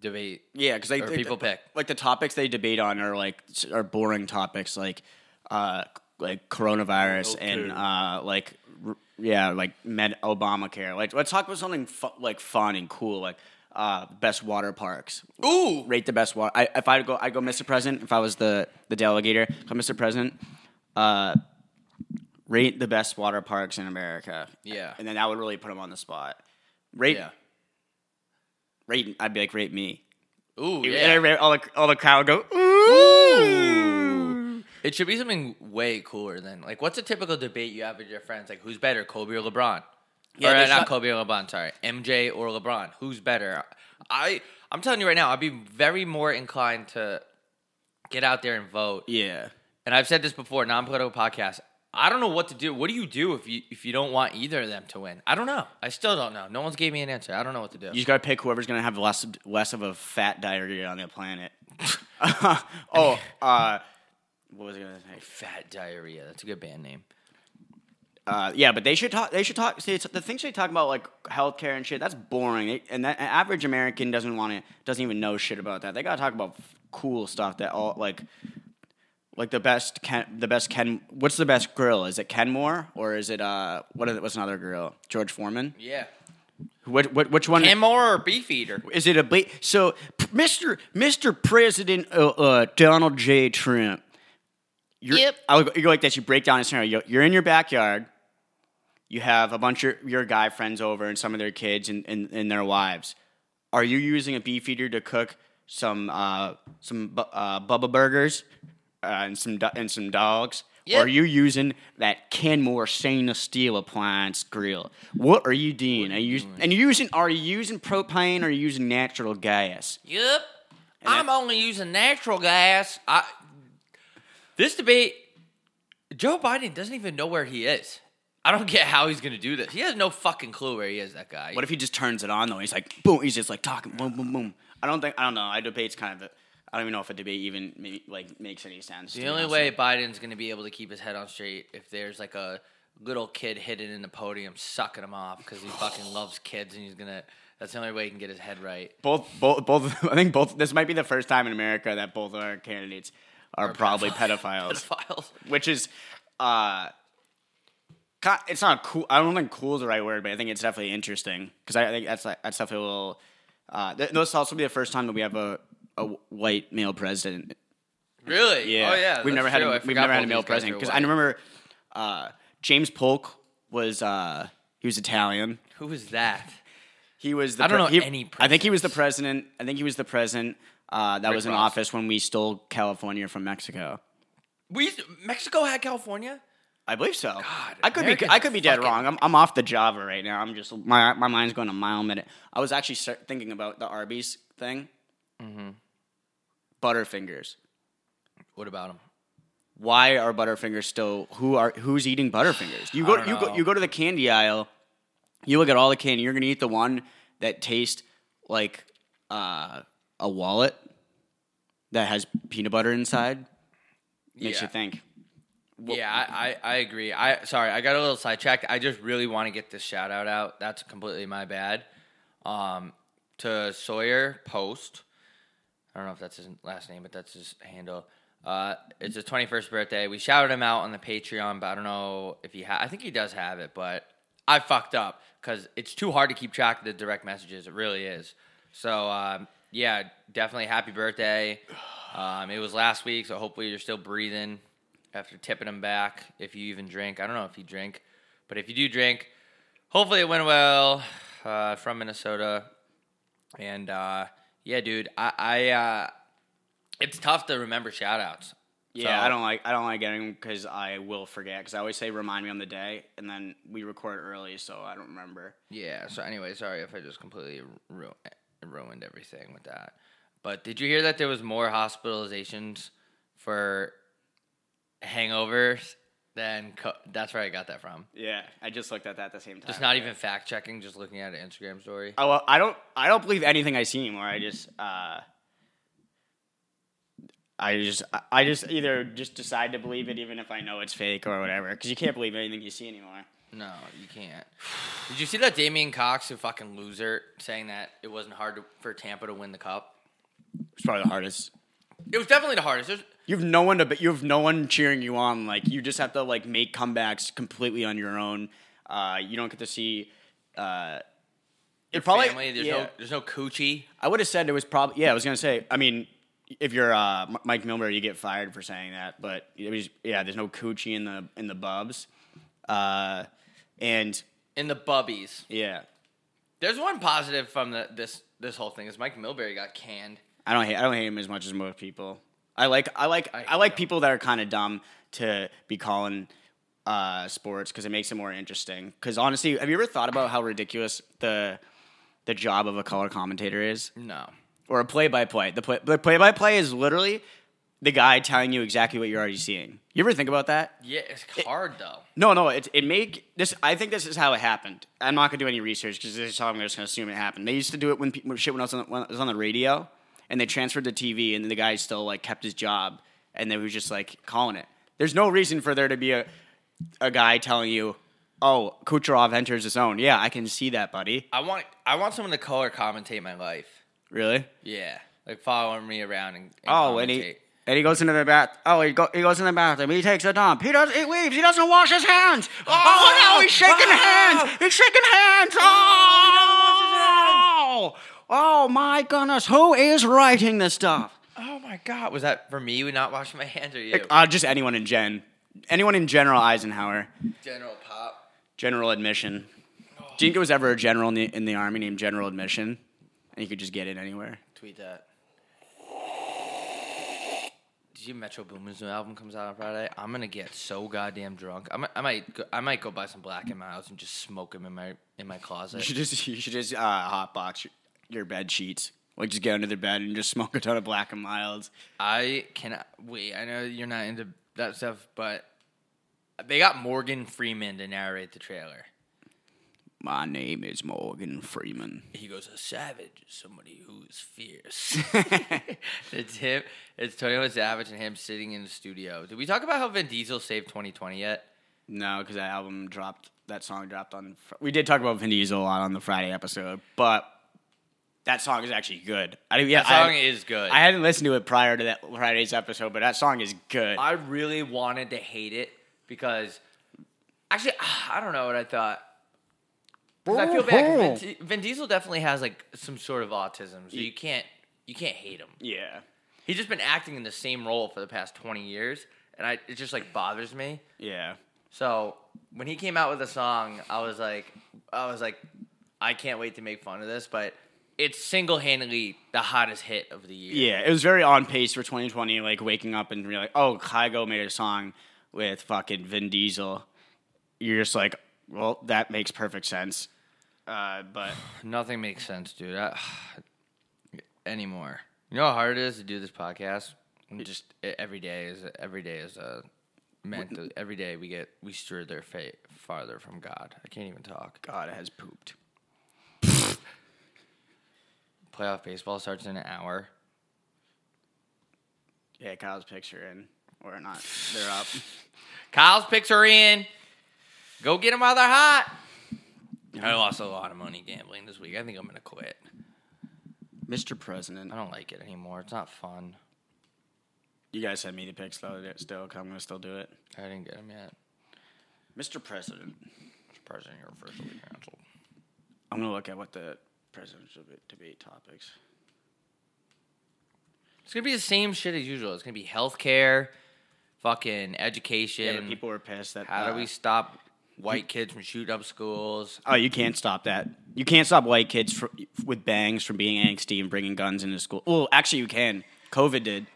C: debate.
B: Yeah, because they,
C: Or
B: they-
C: people pick.
B: like the topics they debate on are like s- are boring topics like uh like coronavirus and uh like r- yeah like med Obamacare. Like let's talk about something fu- like fun and cool like uh best water parks.
C: Ooh,
B: Rate the best water. I, if I go, I go, Mr. President. If I was the the delegator, so Mr. President, uh, rate the best water parks in America.
C: Yeah.
B: and then that would really put him on the spot. Rate,
C: yeah.
B: rate. I'd be like, rate me.
C: Ooh,
B: And
C: yeah.
B: everybody- all the all the crowd go. Ooh.
C: It should be something way cooler than like what's a typical debate you have with your friends? Like who's better, Kobe or LeBron?
B: Yeah,
C: or, uh,
B: there's
C: not
B: not-
C: Kobe or LeBron. Sorry, MJ or LeBron. Who's better? I I'm telling you right now, I'd be very more inclined to get out there and vote.
B: Yeah,
C: and I've said this before, non-political podcast. I don't know what to do. What do you do if you if you don't want either of them to win? I don't know. I still don't know. No one's gave me an answer. I don't know what to do.
B: You just gotta pick whoever's gonna have less less of a fat diarrhea on the planet. *laughs* oh, uh, what was I gonna say?
C: Fat diarrhea. That's a good band name.
B: Uh, yeah, but they should talk. They should talk. See, it's, the things they talk about, like healthcare and shit, that's boring. They- and that an average American doesn't want to, doesn't even know shit about that. They gotta talk about f- cool stuff that all like, like the best Ken, the best Ken. What's the best grill? Is it Kenmore or is it uh what is it, what's another grill? George Foreman.
C: Yeah.
B: What, what which one?
C: Hammer or beef eater?
B: Is it a ble- so, p- Mister Mister President uh, uh, Donald J. Trump? You're,
C: Yep.
B: I would go, you go like this. You break down a scenario. You're- You're in your backyard. You have a bunch of your guy friends over and some of their kids and, and, and their wives. Are you using a beef eater to cook some uh, some bu- uh, Bubba burgers uh, and some do- and some dogs? Or
C: Yep.
B: are you using that Kenmore stainless steel appliance grill? What are you doing? Are you, and you using are you using propane or are you using natural gas?
C: Yep. I'm only using natural gas. I This debate Joe Biden doesn't even know where he is. I don't *laughs* get how he's going to do this. He has no fucking clue where he is that guy.
B: What if he just turns it on though? He's like boom. He's just like talking boom boom boom. I don't think I don't know. I debate's kind of a, I don't even know if a debate even maybe, like makes any sense. to
C: the
B: be
C: only
B: honest.
C: way Biden's going to be able to keep his head on straight if there's like a little kid hidden in the podium sucking him off
B: *sighs*
C: cuz he fucking loves kids and he's going to that's the only way he can get his head right.
B: both both *laughs* both I think both this might be the first time in America that both of our candidates are
C: *laughs*
B: probably pedophiles.
C: Pedophiles.
B: which is uh ki- it's not cool i don't think cool is the right word but i think it's definitely interesting because i think that's like that's definitely a little uh th- this will also be the first time that we have a, a white male president
C: Really?
B: yeah
C: Oh yeah.
B: we've never
C: that's
B: had
C: true. I
B: a, we've
C: forgot
B: never had
C: both
B: a
C: these
B: male
C: guys
B: president
C: are
B: because
C: white.
B: i remember uh james polk was uh he was italian
C: Who was that?
B: he was the
C: I don't know
B: he-
C: any
B: I think he was the president. I think he was the president uh, that was in
C: Ross.
B: office when we stole California from Mexico.
C: We Mexico had California?
B: I believe so. I could be
C: Americans
B: I could be dead
C: fucking-
B: wrong. I'm, I'm off the Java right now. I'm just my my mind's going a mile a minute. I was actually start thinking about the Arby's thing. Mm-hmm. Butterfingers.
C: What about him?
B: Why are Butterfingers still? Who are who's eating Butterfingers? You go
C: don't
B: you go
C: know.
B: you go to the candy aisle. You look at all the candy. You're gonna eat the one that tastes like uh, a wallet that has peanut butter inside. Makes
C: Yeah.
B: you think.
C: yeah, I, I, I agree. I sorry, I got a little sidetracked. I just really want to get this shout out out. That's completely my bad. Um, to Sawyer Post. I don't know if that's his last name, but that's his handle. Uh, it's his 21st birthday. We shouted him out on the Patreon, but I don't know if he ha I think he does have it, but I fucked up because it's too hard to keep track of the direct messages. It really is. So, um, yeah, definitely happy birthday. Um, it was last week, so hopefully you're still breathing after tipping him back. If you even drink, I don't know if you drink, but if you do drink, hopefully it went well uh, from Minnesota. And uh, yeah, dude, I, I uh, it's tough to remember shout outs.
B: Yeah,
C: So-
B: I don't like I don't like getting because I will forget because I always say remind me on the day and then we record early so I don't remember.
C: Yeah. So anyway, sorry if I just completely ru- ruined everything with that. But did you hear that there was more hospitalizations for hangovers than co- that's where I got that from.
B: Yeah, I just looked at that at the same time.
C: Just not even fact checking, just looking at an Instagram story.
B: Oh, well, I don't I don't believe anything I see anymore. I just uh, I just I- I just either just decide to believe it even if I know it's fake or whatever because you can't believe anything you see anymore.
C: No, you can't. Did you see that Damian Cox, who fucking loser, saying that it wasn't hard to, for Tampa to win the cup?
B: It's probably the hardest.
C: It was definitely the hardest. There's,
B: You have no one to you have no one cheering you on. Like you just have to like make comebacks completely on your own. Uh, you don't get to see. Uh, it probably
C: family, there's no, there's no coochie.
B: I would have said it was probably yeah. I was gonna say. I mean, if you're uh, M- Mike Milbury, you get fired for saying that. But it was, yeah, there's no coochie in the in the bubs, uh, and
C: In the bubbies,
B: yeah,
C: there's one positive from the, this this whole thing is Mike Milbury got canned.
B: I don't hate I don't hate him as much as most people. I like I like I,
C: hate
B: like
C: him.
B: people that are kind of dumb to be calling uh, sports because it makes it more interesting. Because honestly, have you ever thought about how ridiculous the the job of a color commentator is?
C: No,
B: or a play by play. The play the play by play is literally the guy telling you exactly what you're already seeing. You ever think about that?
C: Yeah, it's hard though.
B: No, no. It it make this. I think this is how it happened. I'm not gonna do any research because this is how I'm just gonna assume it happened. They used to do it when people shit when I was on, when I was on the radio, and they transferred to TV, and then the guy still like kept his job, and they were just like calling it. There's no reason for there to be a a guy telling you, "Oh, Kucherov enters his own." Yeah, I can see that, buddy.
C: I want I want someone to color commentate my life.
B: Really?
C: Yeah, like following me around and, and
B: Oh, and he
C: commentate.
B: and he goes into the bath. Oh, he, go, he goes in the bathroom. He takes a dump. He does. He leaves. He doesn't wash his hands. Oh, no! He's shaking hands. He's shaking hands. Oh, oh my goodness! Who is writing this stuff?
C: Oh my god, was that for me not washing my hands or you?
B: Uh, just anyone in gen, anyone in general Eisenhower,
C: General Pop.
B: general admission. Do you think it was ever a general in the, in the army named General Admission, and you could just get it anywhere?
C: Tweet that. Did you Metro Boomin's new album comes out on Friday? I'm gonna get so goddamn drunk. I might, I might, go, I might go buy some black in my house and just smoke them in my in
B: *laughs*
C: my
B: You
C: closet.
B: should just you should just uh, hotbox your, your bed sheets. Like just get under their bed and just smoke a ton of black and milds.
C: *laughs* I cannot wait. I know you're not into that stuff, but they got Morgan Freeman to narrate the trailer.
B: My name is Morgan Freeman. *laughs*
C: He goes, "A savage is somebody who is fierce." *laughs* it's him. It's Tony One Savage and him sitting in the studio. Did we talk about how Vin Diesel saved 2020 yet?
B: No, because that album dropped. That song dropped on. Fr- We did talk about Vin Diesel a lot on the Friday episode, but that song is actually good. I mean, yeah,
C: That song
B: I,
C: is good.
B: I hadn't listened to it prior to that Friday's episode, but that song is good.
C: I really wanted to hate it because actually, ah, I don't know what I thought. 'Cause I feel bad. 'cause Vin, Di- Vin Diesel definitely has like some sort of autism, so you can't you can't hate him.
B: yeah,
C: He's just been acting in the same role for the past twenty years, and I it just like bothers me.
B: yeah.
C: So when he came out with a song, I was like, I was like, I can't wait to make fun of this, but it's single handedly the hottest hit of the year.
B: Yeah, it was very on pace for 2020. Like waking up and you're like, oh, Kygo made a song with fucking Vin Diesel. You're just like, well, that makes perfect sense. Uh, but
C: Nothing makes sense, dude. I, *sighs* anymore. You know how hard it is to do this podcast. And just e- every day is every day is a mental. Every day we get we steer their fate farther from God. I can't even talk.
B: God has pooped.
C: Playoff baseball starts in an hour.
B: Yeah, Kyle's picture in or not. They're up.
C: Kyle's picks are in. Go get them while they're hot. I lost a lot of money gambling this week. I think I'm gonna quit.
B: Mr. President,
C: I don't like it anymore. It's not fun.
B: you guys sent me the pics though. they're Still, 'cause I'm gonna still do it.
C: I didn't get them yet.
B: Mr. President,
C: President, you're officially canceled.
B: I'm gonna look at what the presidential deb- debate topics.
C: It's gonna be the same shit as usual. It's gonna be healthcare, fucking
B: Yeah,
C: education.
B: but people were pissed that.
C: how
B: uh,
C: do we stop white kids from shooting up schools?
B: Oh, you can't stop that. You can't stop white kids fr- with bangs from being angsty and bringing guns into school. Well, actually, you can. COVID did.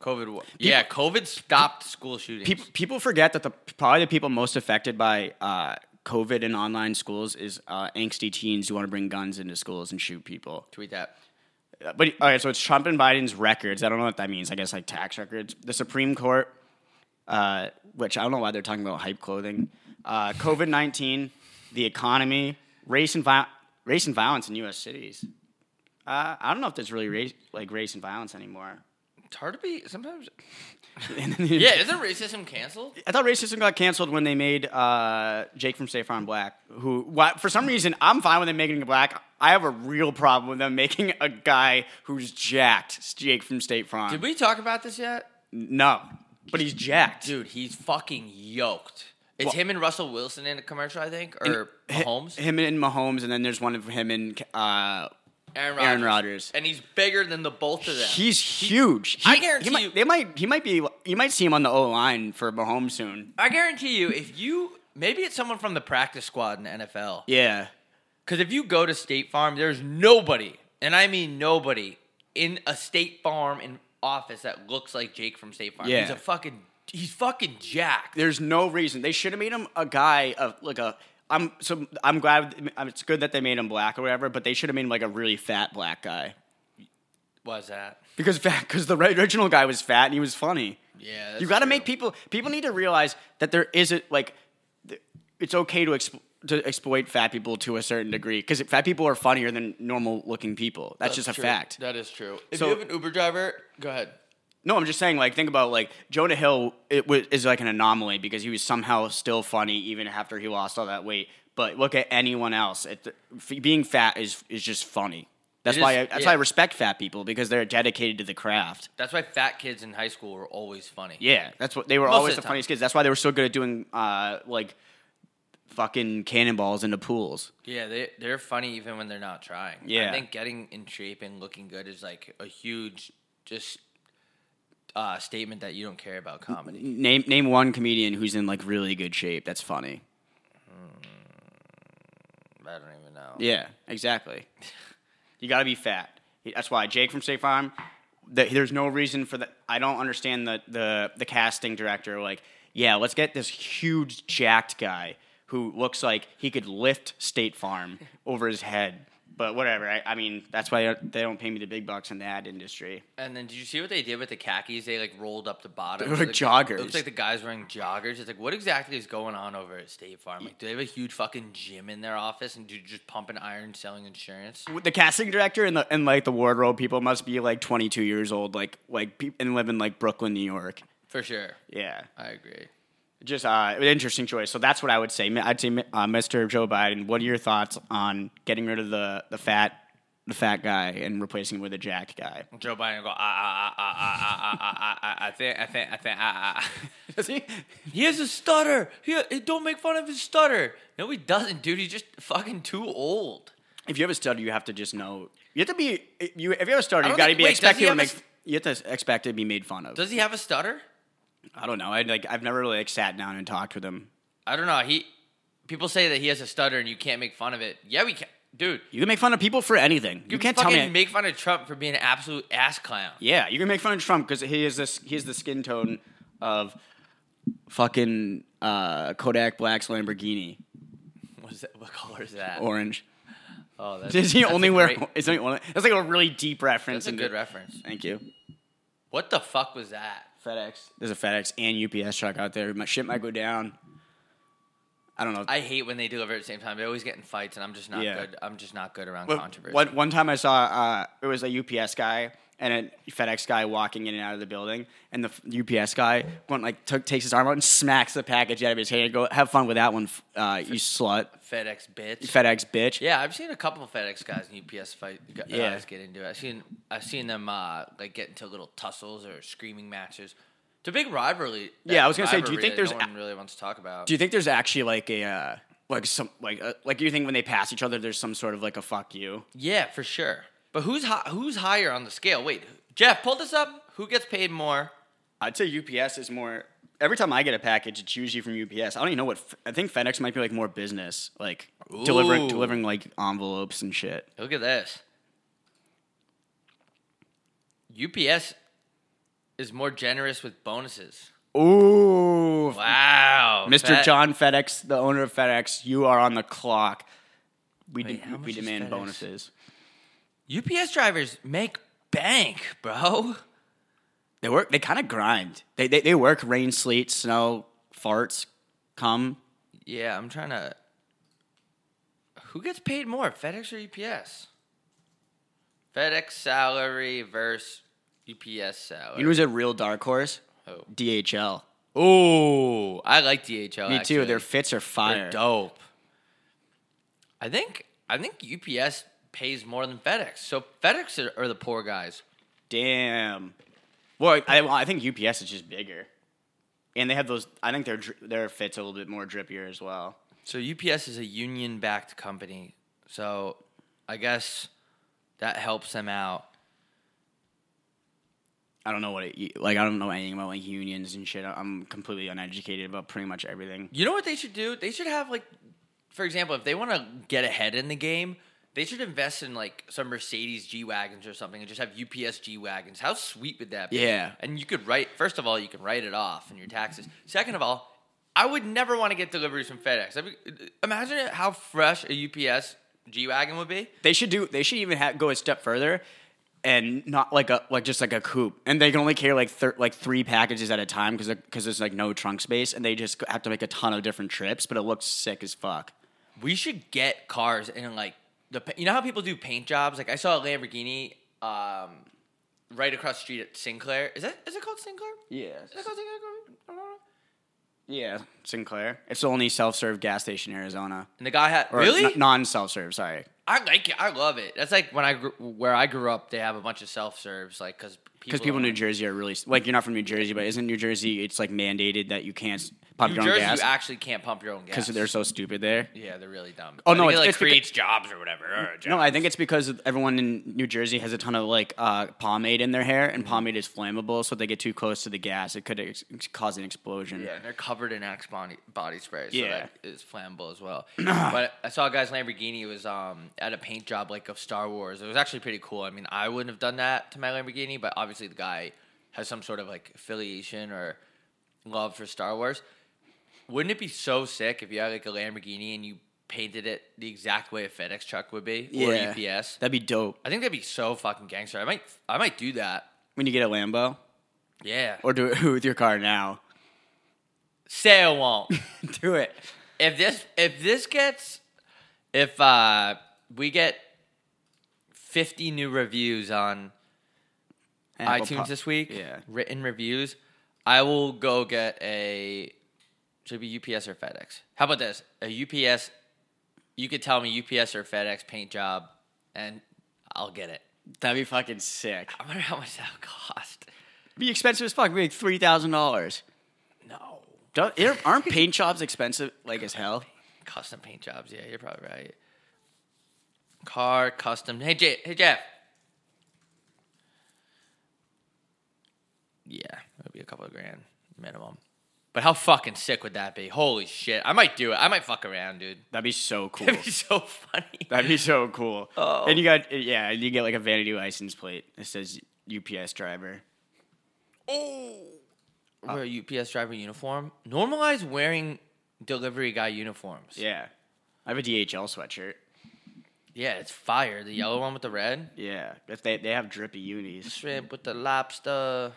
C: COVID. wa- yeah, COVID stopped school shootings.
B: People people forget that the probably the people most affected by uh, COVID in online schools is uh, angsty teens who want to bring guns into schools and shoot people.
C: Tweet that.
B: But all right, so it's Trump and Biden's records. I don't know what that means. I guess like tax records. The Supreme Court, uh, which I don't know why they're talking about hype clothing, uh, COVID nineteen, the economy, race and vi- race and violence in U.S. cities. Uh, I don't know if there's really race, like race and violence anymore. *laughs*
C: It's hard to be sometimes.
B: And then-
C: Yeah, isn't racism canceled?
B: I thought racism got canceled when they made uh, Jake from Safe Farm black. Who, why, for some reason, I'm fine with them making him black. I have a real problem with them making a guy who's jacked Jake from State Farm.
C: Did we talk about this yet?
B: No, but he's jacked.
C: Dude, he's fucking yoked. It's him and Russell Wilson in a commercial, I think, or Mahomes.
B: Him and Mahomes, and then there's one of him and uh, Aaron
C: Rodgers.
B: Rodgers.
C: and he's bigger than the both of them.
B: he's huge. He,
C: I
B: he
C: guarantee
B: might-
C: you-
B: They might. He might be. You might see him on the O line for Mahomes soon.
C: I guarantee you, if you maybe it's someone from the practice squad in the NFL.
B: Yeah.
C: Because if you go to State Farm, there's nobody, and I mean nobody, in a State Farm in office that looks like Jake from State Farm.
B: Yeah.
C: He's a fucking he's fucking jacked.
B: There's no reason they should have made him a guy of like a. I'm so I'm glad. It's good that they made him black or whatever, but they should have made him like a really fat black guy.
C: was that?
B: because fat because the original guy was fat and he was funny.
C: Yeah, that's
B: you got to
C: true.
B: make people people need to realize that there isn't like th- it's okay to exp- to exploit fat people to a certain degree because fat people are funnier than normal looking people. That's, just a
C: true.
B: fact.
C: That is true. If
B: So-
C: you have an Uber driver, go ahead.
B: No, I'm just saying. Like, think about like Jonah Hill. It was is like an anomaly because he was somehow still funny even after he lost all that weight. But look at anyone else. It, f- being fat is is just funny. That's
C: It
B: why
C: is-
B: I, that's
C: yeah.
B: why I respect fat people because they're dedicated to the craft.
C: That's why fat kids in high school were always funny.
B: Yeah, that's what they were
C: Most of
B: always
C: the
B: the,
C: time.
B: funniest kids. That's why they were so good at doing uh, like fucking cannonballs into pools.
C: Yeah, they they're funny even when they're not trying. I
B: Yeah.
C: think getting in shape and looking good is like a huge just uh, statement that you don't care about comedy.
B: Name name one comedian who's in like really good shape. That's funny.
C: I don't even know.
B: Yeah, exactly. you got to be fat. That's why Jake from State Farm. The, there's no reason for that. I don't understand the, the the casting director. Like, yeah, let's get this huge jacked guy who looks like he could lift State Farm over his head. But whatever. I, I mean, that's why they don't pay me the big bucks in the ad industry.
C: And then did you see what they did with the khakis? They like rolled up the bottom.
B: They were
C: It looks-
B: joggers.
C: It looks like the guys wearing joggers. It's like what exactly is going on over at State Farm? Like, do they have a huge fucking gym in their office and do you just pumping iron, selling insurance?
B: the casting director and the and like the wardrobe people must be like 22 years old, like like peop and live in like Brooklyn, New York.
C: For sure,
B: Yeah,
C: I agree.
B: just uh, an interesting choice. So that's what I would say. I'd say uh, Mr. Joe Biden. What are your thoughts on getting rid of the the fat the fat guy and replacing him with a jacked guy?
C: Joe Biden go ah ah ah ah ah ah ah ah ah. I think I think I think ah ah. *laughs*
B: Does he?
C: He has a stutter. He, he- don't make fun of his stutter. No, he doesn't, dude. He's just fucking too old.
B: If you have a stutter, you have to just know. You have to be. You if you have a stutter,
C: I
B: you
C: don't
B: got to
C: think-
B: be
C: wait, does
B: expect
C: he
B: people to
C: have
B: make.
C: a s-
B: you have to expect to be made fun of.
C: Does he have a stutter?
B: I don't know. I like. I've never really like sat down and talked with him.
C: I don't know. He people say that he has a stutter and you can't make fun of it. Yeah, we can, dude.
B: You can make fun of people for anything. You can't tell
C: fucking
B: me.
C: make fun of Trump for being an absolute ass clown.
B: Yeah, you can make fun of Trump because he is this. He is the skin tone of fucking uh, Kodak Black's Lamborghini
C: What, is that, what color is that?
B: orange. *laughs*
C: oh, that's,
B: Does he
C: that's a
B: only wear?
C: great-
B: *laughs* Is he only? That's like a really deep reference.
C: That's a
B: into-
C: good reference.
B: Thank you.
C: What the fuck was that?
B: FedEx. There's a FedEx and UPS truck out there. My shit might go down. I don't know.
C: I hate when they deliver at the same time. They always get in fights, and I'm just not
B: Yeah.
C: good. I'm just not good around
B: But
C: controversy.
B: One, one time I saw uh, it was a UPS guy and a FedEx guy walking in and out of the building, and the f- UPS guy went like took takes his arm out and smacks the package out of his hand. And go have fun with that one, f- uh, you slut,
C: FedEx bitch.
B: FedEx bitch.
C: Yeah, I've seen a couple of FedEx guys and UPS fight gu- guys
B: Yeah.
C: get into it. I've seen I've seen them uh, like get into little tussles or screaming matches. It's a big rivalry. that
B: Yeah, I was gonna say, do you
C: rivalry
B: think
C: that
B: there's
C: no
B: a-
C: one really wants to talk about?
B: Do you think there's actually like a uh, like some like uh, like you think when they pass each other, there's some sort of like a fuck you?
C: yeah, for sure. But who's hi- who's higher on the scale? Wait, Jeff, pull this up. Who gets paid more?
B: I'd say UPS is more. Every time I get a package, it's usually from UPS. I don't even know what. F- I think FedEx might be like more business, like delivering
C: Ooh.
B: delivering like envelopes and shit.
C: Look at this. UPS is more generous with bonuses.
B: Ooh,
C: Wow,
B: Mr.
C: Fed-
B: John FedEx, the owner of FedEx, you are on the clock. We,
C: Wait,
B: de-
C: how much
B: we
C: is
B: demand
C: FedEx?
B: bonuses.
C: UPS drivers make bank, bro.
B: They work. They kind of grind. They, they they work rain, sleet, snow, farts, come.
C: Yeah, I'm trying to. Who gets paid more, FedEx or UPS? FedEx salary versus UPS
B: You know
C: salary.
B: who's a real dark horse? DHL.
C: Oh, I like DHL.
B: Me too.
C: actually.
B: Their fits are
C: They're
B: fire.
C: dope. I think I think UPS pays more than FedEx, so FedEx are, are the poor guys.
B: Damn. Well, I, I think UPS is just bigger, and they have those. I think their dri- their fits a little bit more drippier as well.
C: So UPS is a union-backed company, so I guess that helps them out.
B: I don't know what it like. I don't know anything about like unions and shit. I'm completely uneducated about pretty much everything.
C: You know what they should do? They should have like, for example, if they want to get ahead in the game, they should invest in like some Mercedes G wagons or something, and just have UPS G wagons. How sweet would that be?
B: Yeah.
C: And you could write. First of all, you can write it off in your taxes. Second of all, I would never want to get deliveries from FedEx. I mean, imagine how fresh a UPS G wagon would be.
B: They should do. They should even ha go a step further and not like a like just like a coupe, and they can only carry like thir- like three packages at a time because because there's like no trunk space, and they just have to make a ton of different trips. But it looks sick as fuck.
C: We should get cars and like the pa- you know how people do paint jobs. Like I saw a Lamborghini um, right across the street at Sinclair. Is that is it called Sinclair?
B: Yeah,
C: Is it called Sinclair? I don't know.
B: yeah, Sinclair. It's the only self serve gas station in Arizona.
C: And the guy had
B: Or
C: really.
B: non self serve. Sorry.
C: I like it. I love it. That's like when I grew, where I grew up. They have a bunch of self serves, like because
B: Because people in New Jersey are really like you're not from New Jersey, but isn't New Jersey it's like mandated that you can't s- pump your
C: New
B: own
C: Jersey,
B: gas
C: you actually can't pump your own gas
B: because they're so stupid there.
C: yeah, they're really dumb.
B: Oh,
C: I
B: no,
C: think
B: it's-
C: it like
B: it's because-
C: creates jobs or whatever. or jobs.
B: No, I think it's because everyone in New Jersey has a ton of like uh, pomade in their hair,
C: Mm-hmm.
B: and pomade is flammable, so if they get too close to the gas, it could ex- cause an explosion.
C: Yeah, and they're covered in Axe body, body spray, so
B: Yeah.
C: that is flammable as well. but I saw a guy's Lamborghini was um, at a paint job like of Star Wars. It was actually pretty cool. I mean, I wouldn't have done that to my Lamborghini, but obviously the guy has some sort of like affiliation or love for Star Wars. Wouldn't it be so sick if you had like a Lamborghini and you painted it the exact way a FedEx truck would be or
B: Yeah.
C: UPS?
B: That'd be dope
C: I think that'd be so fucking gangster. I might, I might do that.
B: when you get a Lambo
C: Yeah,
B: or do it *laughs* with your car now.
C: say I won't.
B: do it.
C: if this if this gets if uh we get 50 new reviews on
B: Apple
C: iTunes
B: Pie-
C: this week
B: Yeah.
C: written reviews i will go get a should it be ups or fedex how about this a ups you could tell me ups or fedex paint job and i'll get it *laughs*
B: That'd be fucking sick.
C: i wonder how much that would cost
B: It'd be expensive as fuck. It'd be like three thousand dollars.
C: no
B: Aren't paint jobs expensive like as hell?
C: custom paint jobs yeah you're probably right car custom hey J- hey jeff Yeah, it'll be a couple of grand minimum. But how fucking sick would that be? Holy shit. I might do it. I might fuck around, dude. *laughs*
B: That'd be so cool.
C: That'd be so funny.
B: *laughs* That'd be so cool.
C: Oh.
B: And you got yeah, and you get like a vanity license plate that says UPS driver.
C: Wear a UPS driver uniform. Normalize wearing delivery guy uniforms.
B: Yeah. I have a DHL sweatshirt.
C: Yeah, it's fire. The yellow one with the red.
B: Yeah. If they they have drippy unis.
C: Shrimp with the lobster.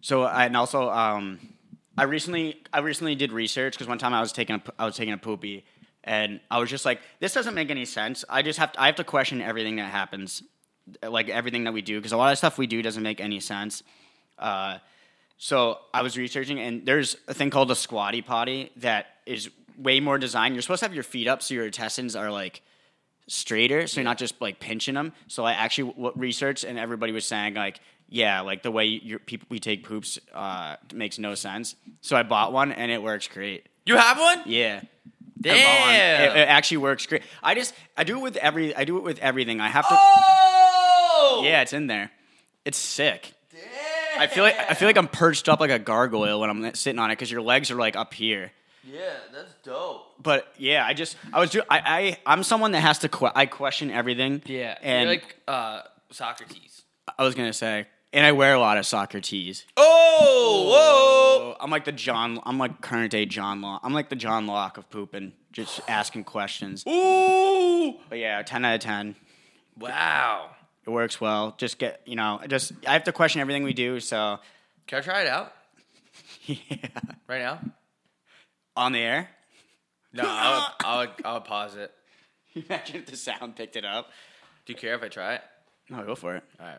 B: So I, and also um I recently I recently did research because one time I was taking a p- I was taking a poopy and I was just like this doesn't make any sense. I just have to, I have to question everything that happens, like everything that we do because a lot of stuff we do doesn't make any sense. Uh, so I was researching and there's a thing called a squatty potty that is way more designed. You're supposed to have your feet up so your intestines are like straighter, so you're not just like pinching them. So I actually w- researched, and everybody was saying like, yeah, like the way your people we take poops uh, makes no sense. So I bought one, and it works great.
C: You have one?
B: Yeah. I bought one.
C: Damn.
B: It, it actually works great. I just I do it with every I do it with everything. I have to.
C: Oh!
B: Yeah, it's in there. It's sick.
C: Eh,
B: I feel like I feel like I'm perched up like a gargoyle when I'm sitting on it because your legs are like up here.
C: Yeah, that's dope.
B: But yeah, I just I was do I, I I'm someone that has to que- I question everything.
C: Yeah.
B: and
C: You're like uh, Socrates.
B: I was gonna say, and I wear a lot of soccer tees.
C: Oh,
B: So I'm like the John. I'm like current day John Locke. I'm like the John Locke of pooping, just asking questions.
C: whoa. Ooh.
B: But yeah, ten out of ten.
C: Wow.
B: It works well. Just get you know, I just I have to question everything we do. So *laughs*
C: Can I try it out
B: yeah,
C: right now?
B: on the air. *laughs*
C: No, I would, I would, I would pause it.
B: Imagine if the sound picked it up.
C: Do you care if I try it?
B: No, go for it.
C: All right.